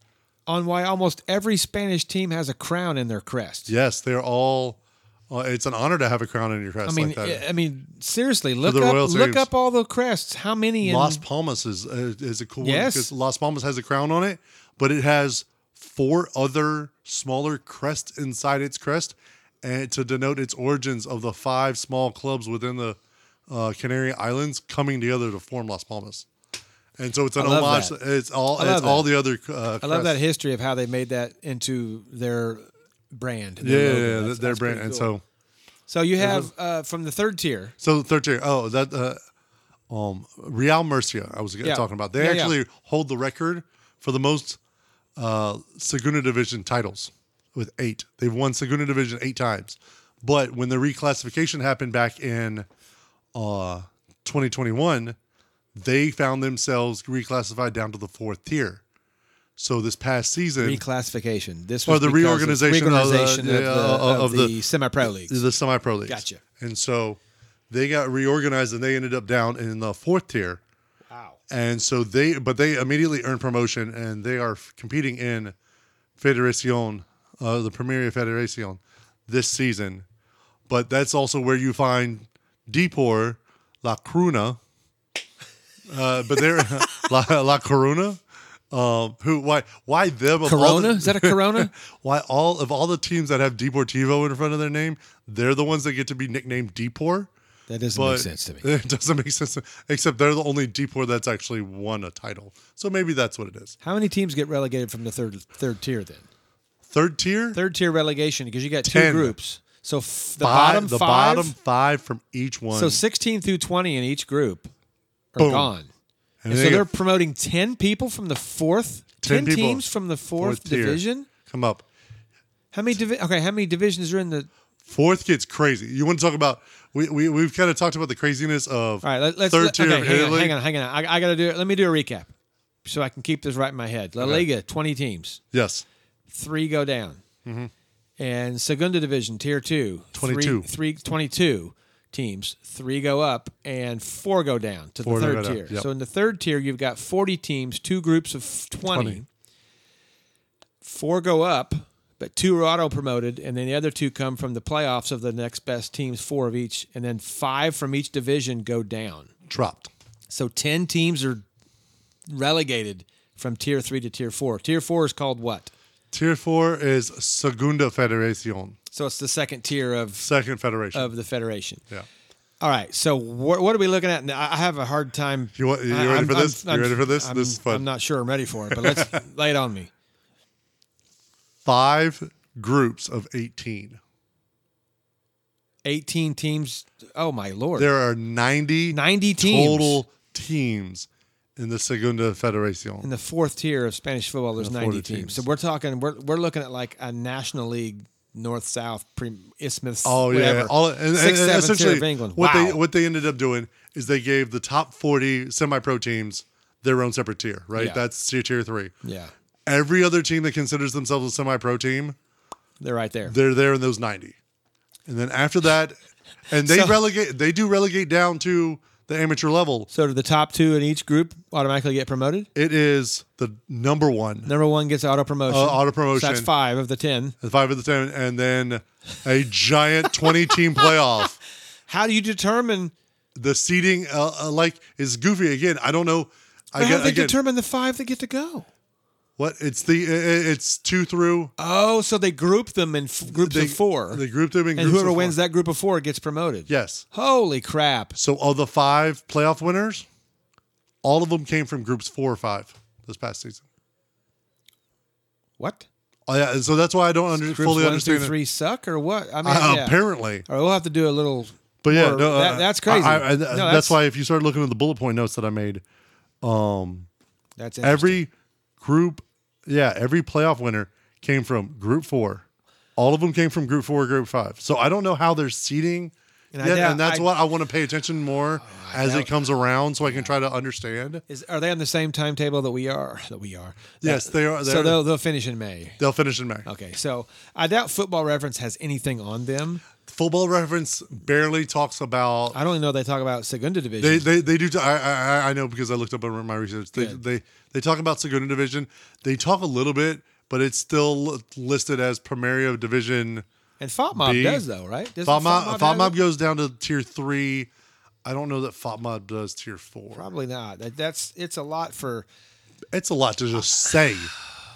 S1: on why almost every Spanish team has a crown in their crest.
S2: yes they're all uh, it's an honor to have a crown in your crest
S1: I mean,
S2: like that
S1: I mean, seriously, look
S2: the
S1: up,
S2: royal
S1: look
S2: teams.
S1: up all the crests. How many? In,
S2: Las Palmas is uh, is a cool
S1: Yes.
S2: one because Las Palmas has a crown on it, but it has four other smaller crests inside its crest and to denote its origins of the five small clubs within the uh, Canary Islands coming together to form Las Palmas. And so it's an
S1: love
S2: homage.
S1: that.
S2: It's all.
S1: I love
S2: It's all
S1: that.
S2: the other. Uh,
S1: I love
S2: crests.
S1: that history of how they made that into their brand.
S2: Yeah,
S1: their
S2: yeah,
S1: logo.
S2: yeah,
S1: That's-
S2: their
S1: that's
S2: brand.
S1: pretty
S2: And
S1: cool.
S2: so,
S1: so you have uh, from the third tier.
S2: so third tier. Oh, that uh, um, Real Murcia. I was
S1: Yeah.
S2: talking about. They
S1: Yeah, yeah.
S2: actually hold the record for the most uh, Segunda Division titles with eight. They've won Segunda Division eight times. But when the reclassification happened back in uh, 2021, they found themselves reclassified down to the fourth tier. So this past season,
S1: Reclassification. This
S2: Or
S1: was
S2: Oh, the
S1: because of-
S2: reorganization of the-
S1: reorganization
S2: yeah, of-
S1: of
S2: of
S1: the,
S2: the-
S1: semi-pro leagues.
S2: the semi pro leagues.
S1: Gotcha.
S2: And so they got reorganized and they ended up down in the fourth tier.
S1: Wow.
S2: And so they, but they immediately earned promotion and they are f- competing in Federacion, uh, the Premier Federacion this season. But that's also where you find Depor, La Cruna, uh, but they're La, La Coruna. Um, who why why them of all the-
S1: Corona? Is that a Corona?
S2: why all of all the teams that have Deportivo in front of their name, they're the ones that get to be nicknamed Depor.
S1: That doesn't
S2: But
S1: make sense to me.
S2: It doesn't make sense. to- Except they're the only Depor that's actually won a title. So maybe that's what it is.
S1: How many teams get relegated from the third third tier then?
S2: Third tier,
S1: Third tier relegation because you got
S2: Ten.
S1: two groups. So f- the
S2: five-
S1: bottom
S2: the
S1: five.
S2: bottom five from each one.
S1: so 16 through 20 in each group are
S2: Boom.
S1: gone. And
S2: And they
S1: so
S2: get
S1: they're promoting 10 people from the fourth 10,
S2: 10 people.
S1: teams from the fourth,
S2: fourth tier.
S1: division.
S2: come up.
S1: How many divi- Okay, how many divisions are in the
S2: Fourth gets crazy. You want to talk about? We we we have kind of talked about the craziness of
S1: All right, let, let's
S2: third
S1: let-
S2: tier
S1: okay,
S2: of
S1: hang
S2: Italy.
S1: on, hang on, hang on. I, I got to do it. Let me do a recap so I can keep this right in my head. La Liga, 20 teams.
S2: Yes,
S1: 3 go down.
S2: Mm-hmm.
S1: And Segunda Division, Tier 2, three-
S2: 22.
S1: three- 22 teams. 3 go up and 4 go down to
S2: Four
S1: the
S2: go
S1: third
S2: down,
S1: tier.
S2: yep.
S1: So in the third tier, you've got 40 teams, two groups of 20.
S2: 20.
S1: 4 go up, but 2 are auto promoted and then the other 2 come from the playoffs of the next best teams, 4 of each, and then 5 from each division go down.
S2: dropped.
S1: So 10 teams are relegated from tier 3 to tier 4. Tier 4 is called what?
S2: Tier four is Segunda Federacion,
S1: So it's the second tier of
S2: second federation.
S1: of the federation.
S2: yeah.
S1: All right. So what what are we looking at? Now, I I have a hard time.
S2: You want- you
S1: I-
S2: ready
S1: I'm-
S2: for
S1: I'm-
S2: this? You
S1: I'm-
S2: ready for this?
S1: I'm,
S2: This is fun.
S1: I'm not sure I'm ready for it, but let's lay it on me.
S2: Five groups of eighteen.
S1: 18 teams. Oh my lord.
S2: There are 90,
S1: 90 teams.
S2: total teams in the Segunda Federacion.
S1: in the fourth tier of Spanish football, there's
S2: the
S1: 90
S2: fourth
S1: teams.
S2: teams.
S1: So we're talking, we're, we're looking at like a National League, North South, pre- Isthmus.
S2: Oh yeah,
S1: whatever.
S2: all and, and-
S1: Sixth,
S2: and
S1: seventh
S2: essentially
S1: tier of England.
S2: what
S1: wow.
S2: they what they ended up doing is they gave the top forty semi-pro teams their own separate tier, right?
S1: Yeah.
S2: That's tier tier three.
S1: yeah.
S2: Every other team that considers themselves a semi-pro team,
S1: They're right there.
S2: they're there in those ninety, and then after that, and they
S1: So-
S2: relegate they do relegate down to the amateur level.
S1: So do the top two in each group automatically get promoted?
S2: It is the number one,
S1: Number one gets auto promotion.
S2: Uh, auto promotion.
S1: So that's five of the ten.
S2: the five of the ten, and then a giant twenty-team playoff.
S1: How do you determine?
S2: The seating, uh, uh, like, is goofy again. I don't know. I
S1: how
S2: get-
S1: do they
S2: again,
S1: determine the five that get to go?
S2: What it's the i- i- it's two through
S1: Oh, so they group them in f- groups
S2: they,
S1: of four,
S2: They grouped them in
S1: and
S2: groups
S1: whoever
S2: of
S1: wins
S2: four.
S1: that group of four gets promoted.
S2: Yes.
S1: Holy crap!
S2: So of the five playoff winners, all of them came from groups four or five this past season.
S1: What?
S2: Oh, yeah, and so that's why I don't under,
S1: Groups
S2: fully
S1: one through
S2: understand. it.
S1: three suck or what? I um, mean,
S2: Uh,
S1: yeah.
S2: Apparently,
S1: All right, we'll have to do a little.
S2: but yeah,
S1: more-
S2: no, uh,
S1: that- that's crazy.
S2: I- I- I-
S1: No,
S2: that's,
S1: that's-
S2: why if you start looking at the bullet point notes that I made,
S1: That's every.
S2: every group, yeah, every playoff winner came from group four. All of them came from group four, group five. So I don't know how they're seeding.
S1: And I
S2: yet,
S1: doubt-
S2: and that's
S1: I- Oh,
S2: what I want to pay attention more as it
S1: doubt-
S2: comes around so I can try to understand.
S1: Is, are they on the same timetable that we are? That we are.
S2: Yes, they are.
S1: So
S2: they're-
S1: they'll they'll finish in May.
S2: They'll finish in May.
S1: Okay, so I doubt Football Reference has anything on them.
S2: Football reference barely talks about.
S1: I don't even know they talk about Segunda Division.
S2: They, they, they do. T- I, I I know because I looked up on my research. They,
S1: Good.
S2: they they talk about Segunda Division. They talk a little bit, but it's still l- listed as Primario Division.
S1: and Fop Mob
S2: B.
S1: does though, right? Doesn't
S2: Fop
S1: Fop
S2: Mob,
S1: have
S2: Fop Mob
S1: it?
S2: goes down to tier three. I don't know that Fop Mob does tier four.
S1: Probably not. That, that's it's a lot for.
S2: It's a lot to just say.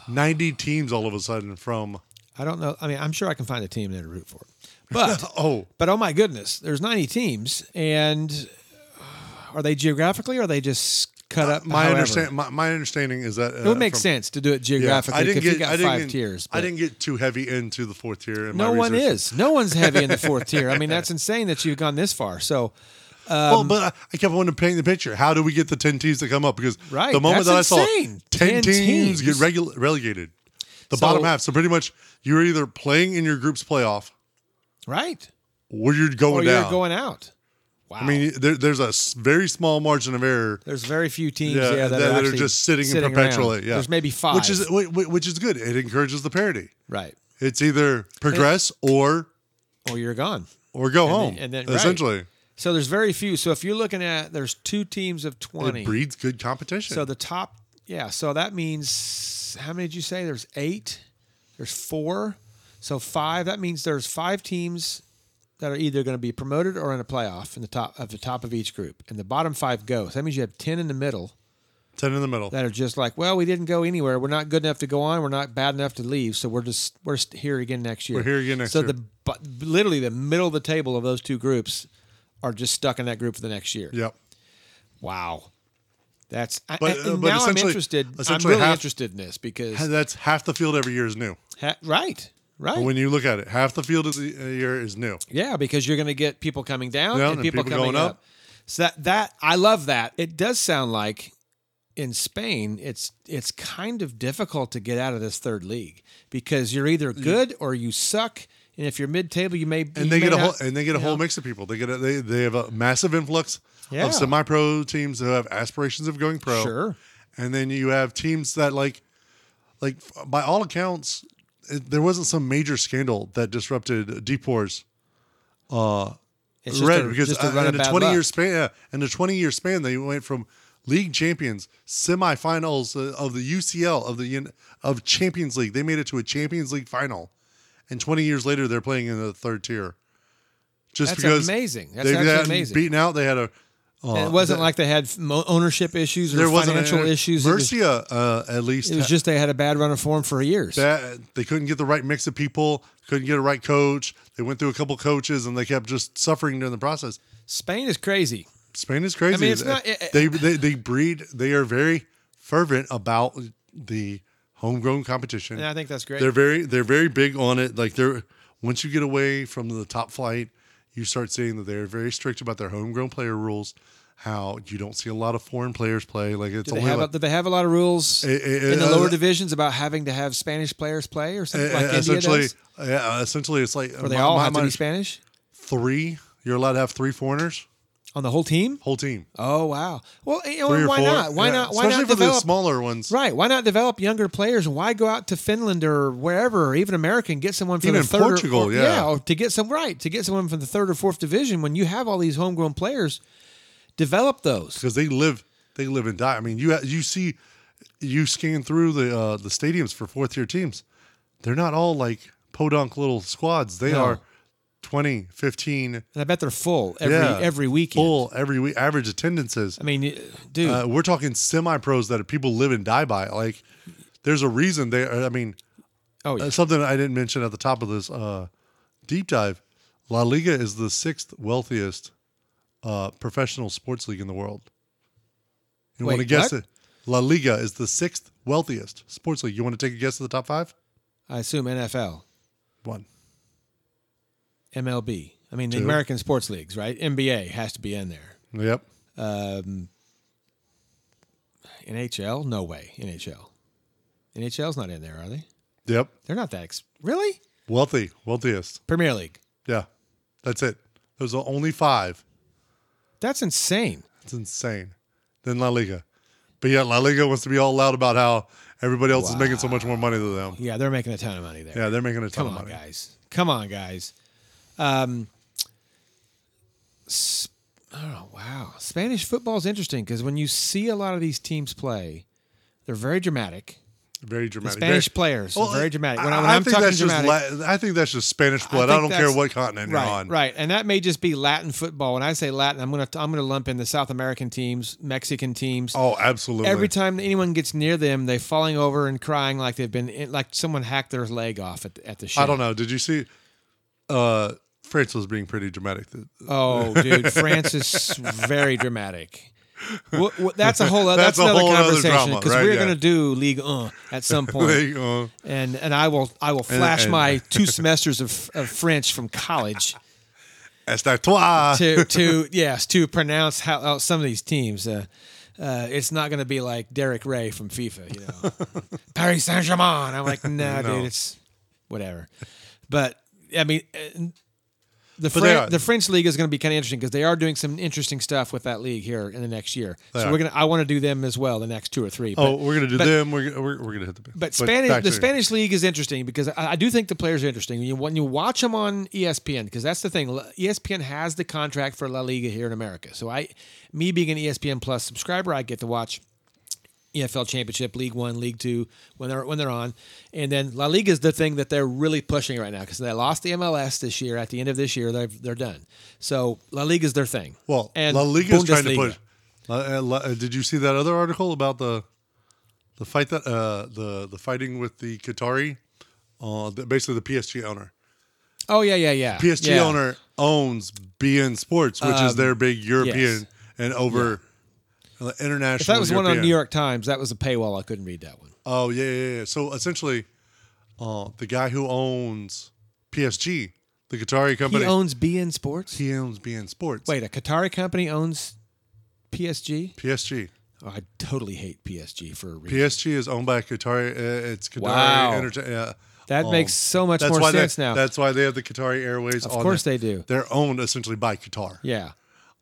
S2: 90 teams all of a sudden from
S1: I don't know. I mean, I'm sure I can find a team there to root for. But
S2: oh
S1: but oh my goodness, there's 90 teams, and uh, are they geographically? Or are they just cut up?
S2: Uh, my
S1: however?
S2: understand my, my understanding is that uh,
S1: It would make sense to do it geographically.
S2: I didn't
S1: 'cause you
S2: get
S1: got
S2: I didn't
S1: five
S2: get,
S1: tiers.
S2: I
S1: but-
S2: didn't get too heavy into the fourth tier. In
S1: No
S2: my
S1: one
S2: research.
S1: is. No one's heavy in the fourth tier. I mean, that's insane that you've gone this far. So, Um,
S2: well, but I, I kept wanting to paint the picture. How do we get the ten teams to come up? Because
S1: Right,
S2: the moment
S1: that's
S2: that I
S1: insane.
S2: saw 10,
S1: 10
S2: teams, get
S1: teams.
S2: regu- relegated, the
S1: So-
S2: bottom half. So pretty much, you're either playing in your group's playoff
S1: right?
S2: or you're going
S1: or
S2: down.
S1: you're going out. Wow.
S2: I mean, there, there's a s- very small margin of error.
S1: there's very few teams.
S2: Yeah,
S1: Yeah,
S2: that,
S1: that,
S2: that are
S1: actually
S2: just sitting, in
S1: around.
S2: perpetually. Yeah,
S1: There's maybe five.
S2: which is whi- whi- which is good. It encourages the parity.
S1: right.
S2: It's either progress or
S1: Or you're gone.
S2: or go
S1: then-
S2: home.
S1: and then- right.
S2: essentially,
S1: So there's very few. So if you're looking at there's two teams of
S2: it
S1: 20.
S2: breeds good competition.
S1: So the top, yeah. So that means how many did you say? There's eight. There's four. So five. That means there's five teams that are either going to be promoted or in a playoff in the top of the top of each group, and the bottom five go. So that means you have ten in the middle
S2: Ten in the middle.
S1: that are just like, well, we didn't go anywhere. We're not good enough to go on. We're not bad enough to leave. So we're just we're st- here again next year.
S2: We're here again next
S1: so
S2: year.
S1: the but literally the middle of the table of those two groups are just stuck in that group for the next year.
S2: Yep.
S1: Wow. That's I,
S2: But,
S1: I-
S2: uh,
S1: and
S2: but
S1: now I'm
S2: essentially-
S1: interested. I'm
S2: essentially
S1: really
S2: half-
S1: interested in this because
S2: And That's half the field every year is new.
S1: ha- right, right,
S2: When you look at it, half the field of the a year is new.
S1: yeah, because you're going to get people coming down
S2: Down
S1: and people, coming up. So that that I love that. It does sound like in Spain, it's it's kind of difficult to get out of this third league because you're either good or you suck, and if you're mid-table, you may you
S2: Mm. And they
S1: may
S2: get a whole
S1: not-
S2: and they get a
S1: you
S2: whole
S1: know.
S2: mix of people. They get a, they they have a massive influx
S1: Yeah.
S2: of semi-pro teams who have aspirations of going pro.
S1: Sure,
S2: and then you have teams that like like f- by all accounts it, there wasn't some major scandal that disrupted deport's
S1: it's just
S2: red
S1: a,
S2: because
S1: just
S2: uh,
S1: a run
S2: in
S1: of
S2: a
S1: bad
S2: 20 year
S1: luck.
S2: span yeah, in a 20 year span they went from league champions semifinals uh, of the UCL of the Un- of Champions League they made it to a Champions League final and 20 years later they're playing in the third tier just
S1: That's
S2: because
S1: amazing. That's
S2: they've
S1: absolutely
S2: gotten
S1: amazing.
S2: beaten out they had a uh,
S1: And it wasn't
S2: the-
S1: like they had mo- ownership issues or
S2: there wasn't
S1: financial
S2: a,
S1: issues. It was-
S2: Murcia uh, at least
S1: It was just they had a bad run of form for years.
S2: that they couldn't get the right mix of people, couldn't get a right coach. They went through a couple coaches and they kept just suffering during the process.
S1: Spain is
S2: Mm.
S1: crazy.
S2: Spain is crazy.
S1: I mean, it's not- it-
S2: they, they they breed. They are very fervent about the homegrown competition.
S1: And I think that's great.
S2: They're very they're very big on it. Like they're once you get away from the top flight, you start seeing that they're very strict about their homegrown player rules. How you don't see a lot of foreign players play. Like it's
S1: Do they,
S2: only
S1: have
S2: like,
S1: a, do they have a lot of rules
S2: It- it-
S1: in the
S2: uh,
S1: lower divisions about having to have Spanish players play or something like India
S2: e-, essentially.
S1: does?
S2: Yeah, essentially, it's like
S1: Or they
S2: my-
S1: all
S2: my-
S1: have to
S2: my-
S1: be Spanish
S2: three. You're allowed to have three foreigners,
S1: on the whole team?
S2: whole team.
S1: Oh wow! Well, you know,
S2: Three or
S1: why
S2: four.
S1: not? Why
S2: Yeah.
S1: not? Why
S2: Especially
S1: not
S2: for
S1: develop?
S2: the smaller ones.
S1: right? Why not develop younger players? And why go out to Finland or wherever, or even America, and get someone from
S2: Even
S1: the third or-
S2: Portugal,
S1: or-
S2: yeah.
S1: or to get some right to get someone from the third or fourth division when you have all these homegrown players. Develop those.
S2: Because they live, they live and die. I mean, you you see, you scan through the uh, the stadiums for fourth tier teams. They're not all like podunk little squads. They
S1: No.
S2: are 20, 15,
S1: And I bet they're full every
S2: yeah,
S1: every weekend.
S2: full every week. Average attendances.
S1: I mean, dude,
S2: Uh, we're talking semi pros that people live and die by. Like, there's a reason they. I mean,
S1: oh yeah,
S2: Uh, something I didn't mention at the top of this uh, deep dive. La Liga is the sixth wealthiest uh, professional sports league in the world. You want to
S1: Wait,
S2: guess
S1: what?
S2: it? La Liga is the sixth wealthiest sports league. You want to take a guess at the top five?
S1: I assume NFL,
S2: One.
S1: MLB. I mean, the
S2: Two.
S1: American sports leagues, right? NBA has to be in there.
S2: Yep.
S1: Um, NHL? No way. NHL. NHL's not in there, are they?
S2: Yep.
S1: They're not that ex- really.
S2: Wealthy. Wealthiest.
S1: Premier League.
S2: Yeah. That's it. Those are only five.
S1: That's insane.
S2: It's insane. Then La Liga. But yeah, La Liga wants to be all loud about how everybody else is making so much more money than them.
S1: Yeah, they're making a ton of money there.
S2: Yeah, they're making a ton
S1: Come
S2: of
S1: on,
S2: money.
S1: guys. Come on, guys. Um, s- oh, wow. Spanish football is interesting because when you see a lot of these teams play, they're very dramatic.
S2: Very dramatic.
S1: Spanish
S2: Very-
S1: players.
S2: Well,
S1: are very dramatic. When, I,
S2: I-
S1: when
S2: I
S1: I'm
S2: think
S1: talking
S2: that's
S1: dramatic,
S2: just La- I think that's just Spanish blood. I,
S1: think
S2: don't care
S1: that's-
S2: what continent
S1: right,
S2: you're on.
S1: right, and that may just be Latin football. When I say Latin, I'm gonna I'm gonna lump in the South American teams, Mexican teams.
S2: Oh, absolutely.
S1: Every time anyone gets near them, they're falling over and crying like they've been eh, like someone hacked their leg off at, at the show.
S2: I don't know. Did you see? Uh, France was being pretty dramatic. th-
S1: Oh, dude, France is very dramatic. Wha- wha- that's a whole. That's,
S2: That's a
S1: another
S2: whole other
S1: conversation
S2: drama,
S1: because
S2: right,
S1: we're
S2: yeah.
S1: gonna do League uh, at some point,
S2: They, uh,
S1: and and I will I will flash
S2: and-
S1: my two semesters of, of French from college
S2: Est à toi.
S1: to to yes to pronounce how, how some of these teams. Uh, uh, it's not gonna be like Derek Ray from FIFA, you know, Paris Saint Germain. I'm like, nah,
S2: No.
S1: dude, it's whatever. But I mean, uh, the
S2: they
S1: Fran-
S2: are-
S1: the French league is going to be kind of interesting because they are doing some interesting stuff with that league here in the next year. so
S2: are.
S1: we're gonna I want to do them as well the next two or three.
S2: oh, we're gonna do
S1: but-
S2: them. We're, gonna- we're, we're gonna hit the.
S1: but Spanish
S2: back
S1: the
S2: to-
S1: Spanish league is interesting because I, I do think the players are interesting. You, when you watch them on E ESPN, because that's the thing, E La- ESPN has the contract for La Liga here in America. So I, me being an E ESPN Plus subscriber, I get to watch EFL Championship, League One, League Two when they're when they're on, and then La Liga is the thing that they're really pushing right now because they lost the MLS this year. At the end of this year, they're they're done. So La Liga is their thing.
S2: Well,
S1: and
S2: La Liga is trying to
S1: Bundesliga.
S2: push. La, uh, La, uh, did you see that other article about the the fight that uh, the the fighting with the Qatari, uh, the, basically the PSG owner.
S1: Oh yeah, yeah, yeah.
S2: PSG
S1: Yeah. Um,
S2: owner owns BN Sports, which is their big European
S1: yes.
S2: and over uh, international.
S1: If that was one on
S2: European.
S1: New York Times, that was a paywall. I couldn't read that one.
S2: Oh yeah, yeah, yeah. So essentially, uh, the guy who owns PSG, the Qatari company,
S1: he owns BN Sports.
S2: he owns BN Sports.
S1: Wait, a Qatari company owns PSG?
S2: PSG.
S1: Oh, I totally hate PSG for a reason.
S2: PSG is owned by Qatari. Uh, it's Qatari
S1: Wow.
S2: Entertainment. Uh,
S1: That makes so much more
S2: why they-
S1: sense now.
S2: That's why they have the Qatari Airways.
S1: Of course they do.
S2: They're owned essentially by Qatar.
S1: yeah,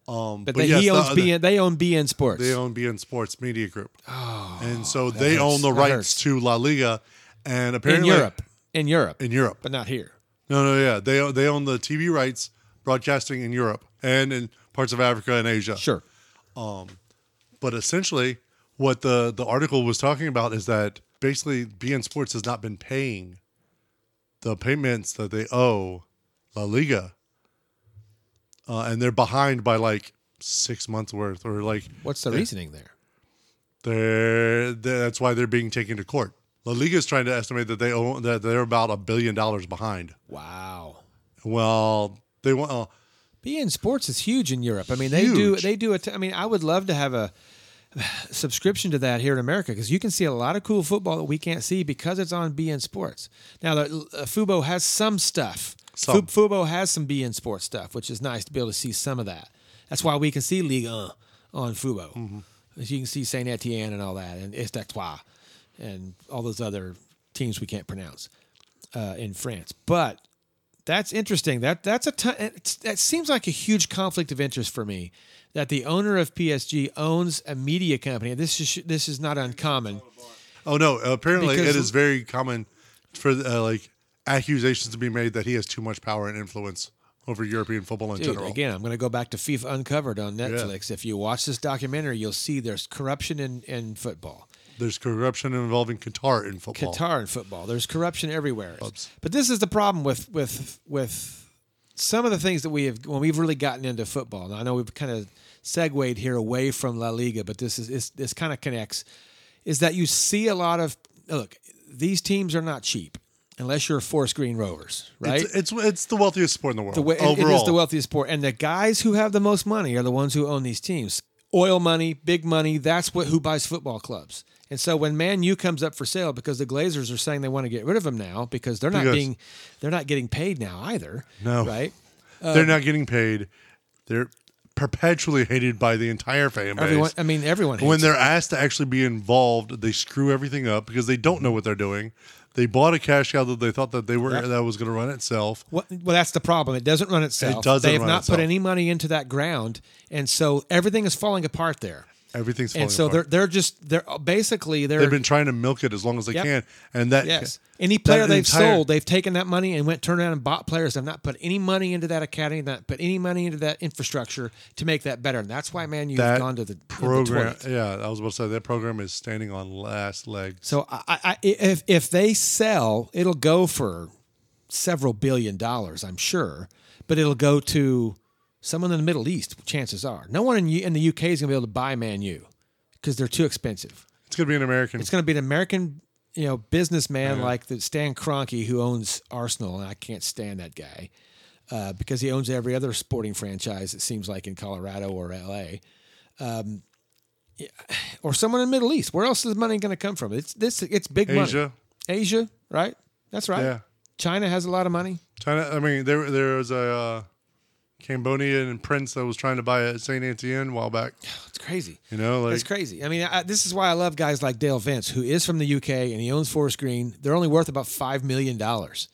S2: Um,
S1: but,
S2: but
S1: they,
S2: yes,
S1: he
S2: the-
S1: owns
S2: the-
S1: BN. They own BN Sports.
S2: They own BN Sports Media Group. and so they
S1: hurts.
S2: own the
S1: Oh, That
S2: rights
S1: hurts.
S2: to La Liga, and
S1: in
S2: apparently
S1: Europe. In Europe,
S2: In Europe.
S1: but not here.
S2: No, no, yeah. They own- they own the TV rights broadcasting in Europe and in parts of Africa and Asia.
S1: Sure.
S2: But essentially, what the the article was talking about is that basically BN Sports has not been paying the payments that they owe La Liga, uh, and they're behind by like six months worth, or like
S1: What's the reasoning there?
S2: they're, that's why they're being taken to court. La Liga is trying to estimate that they own that they're about a billion dollars behind.
S1: Wow.
S2: Well, they want. Uh,
S1: BN Sports is huge in Europe. I mean, they do
S2: Huge.
S1: they do it. I mean, I would love to have a subscription to that here in America because you can see a lot of cool football that we can't see because it's on BN Sports. Now, the, uh, Fubo has some stuff.
S2: Some.
S1: Fu- Fubo has some BN Sports stuff, which is nice to be able to see some of that. That's why we can see Ligue 1 on Fubo.
S2: Mm-hmm.
S1: You can see Saint Etienne and all that, and Estatois, and all those other teams we can't pronounce uh, in France. But that's interesting. That that's a ton, it's, that seems like a huge conflict of interest for me. That the owner of PSG owns a media company. This is this is not uncommon.
S2: Oh no! Apparently,
S1: Because-
S2: it is very common for uh, like accusations to be made that he has too much power and influence over European football in
S1: Dude,
S2: general.
S1: again, I'm going to go back to FIFA Uncovered on Netflix. If you watch this documentary, you'll see there's corruption in, in football,
S2: There's corruption involving Qatar in football.
S1: Qatar in football. There's corruption everywhere. But this is the problem with with with some of the things that we have when we've really gotten into football. Now I know we've kind of segued here away from La Liga, but this is it's, this kind of connects. Is that you see a lot of look? These teams are not cheap unless you're Forest Green Rovers, right?
S2: It's, it's it's the wealthiest sport in the world
S1: The way, it-
S2: overall.
S1: it is the wealthiest sport, and the guys who have the most money are the ones who own these teams. Oil money, big money. That's what who buys football clubs. And so when Man U comes up for sale, because the Glazers are saying they want to get rid of him now because they're not
S2: Because-
S1: being, they're not getting paid now either.
S2: No.
S1: right? uh,
S2: They're not getting paid. They're perpetually hated by the entire fan base.
S1: Everyone. I mean, everyone. Hates
S2: when
S1: him.
S2: they're asked to actually be involved, they screw everything up because they don't know what they're doing. They bought a cash cow that they thought that they were that was going to run itself.
S1: What, well, that's the problem. It doesn't run itself.
S2: doesn't
S1: They have
S2: run
S1: not
S2: itself.
S1: put any money into that ground, and so everything is falling apart there.
S2: Everything's falling
S1: and so
S2: apart.
S1: they're they're just they're basically they're
S2: They've been trying to milk it as long as they
S1: Yep.
S2: can, and that
S1: yes. Any player
S2: that
S1: they've
S2: entire-
S1: sold, they've taken that money and went turned around and bought players. They've not put any money into that academy, not put any money into that infrastructure to make that better. And that's why, man, you've
S2: that
S1: gone to the in the
S2: program.
S1: toilet.
S2: yeah, I was about to say that program is standing on last leg.
S1: So I, I, I- if if they sell, it'll go for several billion dollars, I'm sure, but it'll go to someone in the Middle East. Chances are, no one in, U- in the UK is going to be able to buy Man U because they're too expensive.
S2: It's going to be an American.
S1: It's going to be an American, you know, businessman
S2: Uh-huh.
S1: like the Stan Kroenke who owns Arsenal, and I can't stand that guy uh, because he owns every other sporting franchise. It seems like in Colorado or LA, um, yeah, or someone in the Middle East. Where else is money going to come from? It's this. It's big money.
S2: Asia.
S1: Asia, right? That's right.
S2: Yeah.
S1: China has a lot of money.
S2: China. I mean, there there was a uh, Cambodian prince that was trying to buy a Saint Etienne a while back.
S1: It's crazy.
S2: You know, like
S1: It's crazy. I mean, I, this is why I love guys like Dale Vince, who is from the UK and he owns Forest Green. They're only worth about five million dollars.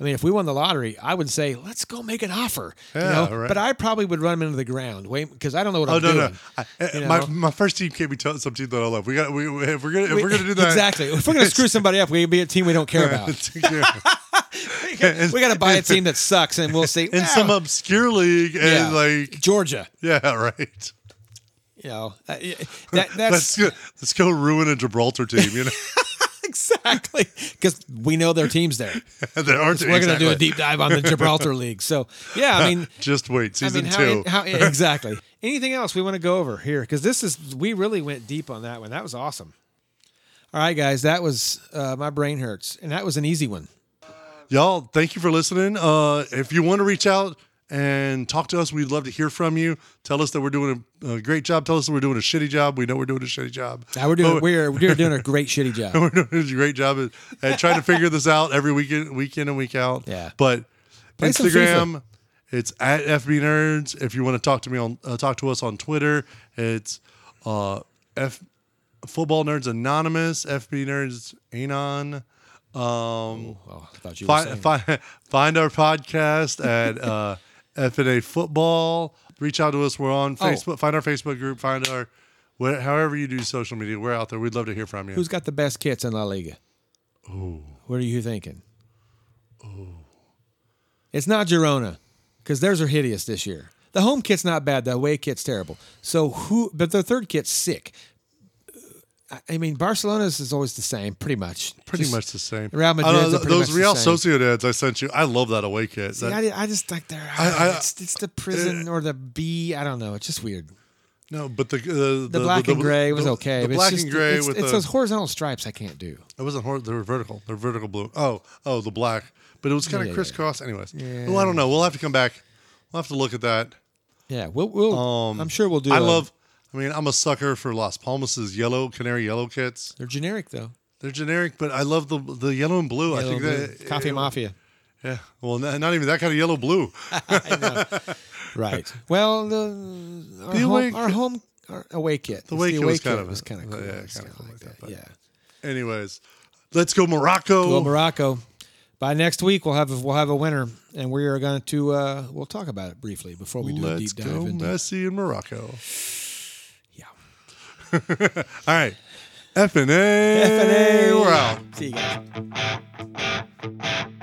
S1: I mean, if we won the lottery, I would say let's go make an offer. you
S2: Yeah,
S1: know?
S2: right.
S1: But I probably would run him into the ground, wait, because I don't know what
S2: Oh
S1: I'm
S2: no
S1: doing.
S2: no! I,
S1: You
S2: eh, my
S1: know?
S2: my first team can't be t- some team that I love. We got we, we- if we're gonna if we, are gonna do that
S1: exactly. If we're gonna screw somebody up, we can be a team we don't care about. we gotta buy a team that sucks, and we'll see.
S2: in
S1: well,
S2: some obscure league and
S1: yeah,
S2: like
S1: Georgia.
S2: yeah right.
S1: You know, uh, that,
S2: Let's
S1: that's
S2: go, let's go ruin a Gibraltar team. You know
S1: exactly because we know their teams there.
S2: there aren't
S1: We're gonna do a
S2: exactly.
S1: deep dive on the Gibraltar League. So yeah, I mean.
S2: Just wait, season
S1: how,
S2: two.
S1: how- exactly. Anything else we want to go over here? Because this is we really went deep on that one. That was awesome. All right, guys, that was uh, my brain hurts, and that was an easy one.
S2: y'all thank you for listening uh if you want to reach out and talk to us we'd love to hear from you tell us that we're doing a, a great job tell us that we're doing a shitty job we know we're doing a shitty job
S1: Now we're doing we're we're doing a great shitty job.
S2: we're doing a great job at, at trying to figure this out every weekend weekend and week out
S1: Yeah.
S2: but
S1: Play some
S2: instagram it's at fb nerds if you want to talk to me on uh, talk to us on twitter it's uh f football nerds anonymous fb nerds anon um
S1: Oh, I thought you were
S2: find,
S1: saying-
S2: find, find our podcast at uh, FNA Football. Reach out to us. We're on
S1: Oh.
S2: Facebook. Find our Facebook group. Find our, wh- however you do social media, we're out there. We'd love to hear from you.
S1: who's got the best kits in La Liga? Oh, what are you thinking? Oh, it's not Girona because theirs are hideous this year. The home kit's not bad. The away kit's terrible. So who? But their third kit's sick. I- I mean, Barcelona's is always the same, pretty much.
S2: pretty
S1: Just-
S2: much the same.
S1: Real
S2: I don't
S1: Madrid's
S2: know,
S1: are pretty
S2: those
S1: much the
S2: Real
S1: same.
S2: Sociedad I sent you. I love that away kit.
S1: See,
S2: That-
S1: I, I just like they're
S2: I- uh,
S1: it's, it's the prison or the bee. I don't know. It's just weird.
S2: no, but the uh, the,
S1: The, black and gray was
S2: the-
S1: okay.
S2: The
S1: but
S2: black
S1: it's just,
S2: and gray
S1: it's,
S2: with
S1: it's
S2: the
S1: those horizontal stripes. I can't do.
S2: It wasn't hor They were vertical. They're vertical blue. Oh, oh, the black. But it was kind
S1: Yeah,
S2: of
S1: yeah,
S2: crisscross. Anyways, well, I don't know. We'll have to come back. We'll have to look at that. Um,
S1: Yeah, we'll. we'll I'm sure we'll do.
S2: I
S1: a-
S2: love. I mean, I'm a sucker for Las Palmas's yellow canary yellow kits.
S1: They're generic though.
S2: They're generic, but I love the the yellow and blue. I
S1: Yellow,
S2: think
S1: blue,
S2: that
S1: coffee mafia.
S2: Yeah, well, not, not even that kind of yellow blue.
S1: Right. Well, the, our,
S2: The
S1: home,
S2: away
S1: our
S2: kit-
S1: home our away kit. The
S2: away kit was kind of a-
S1: was kind of cool.
S2: yeah,
S1: It's
S2: kinda
S1: kinda
S2: cool
S1: like
S2: like that,
S1: that.
S2: but-
S1: Yeah.
S2: Anyways, let's go Morocco.
S1: Well, Morocco. By next week, we'll have a, we'll have a winner, and we are going to uh, we'll talk about it briefly before we do a
S2: let's
S1: deep dive.
S2: go
S1: into,
S2: Messi in Morocco.
S1: yeah.
S2: All right, F and A. We're out.
S1: See you guys.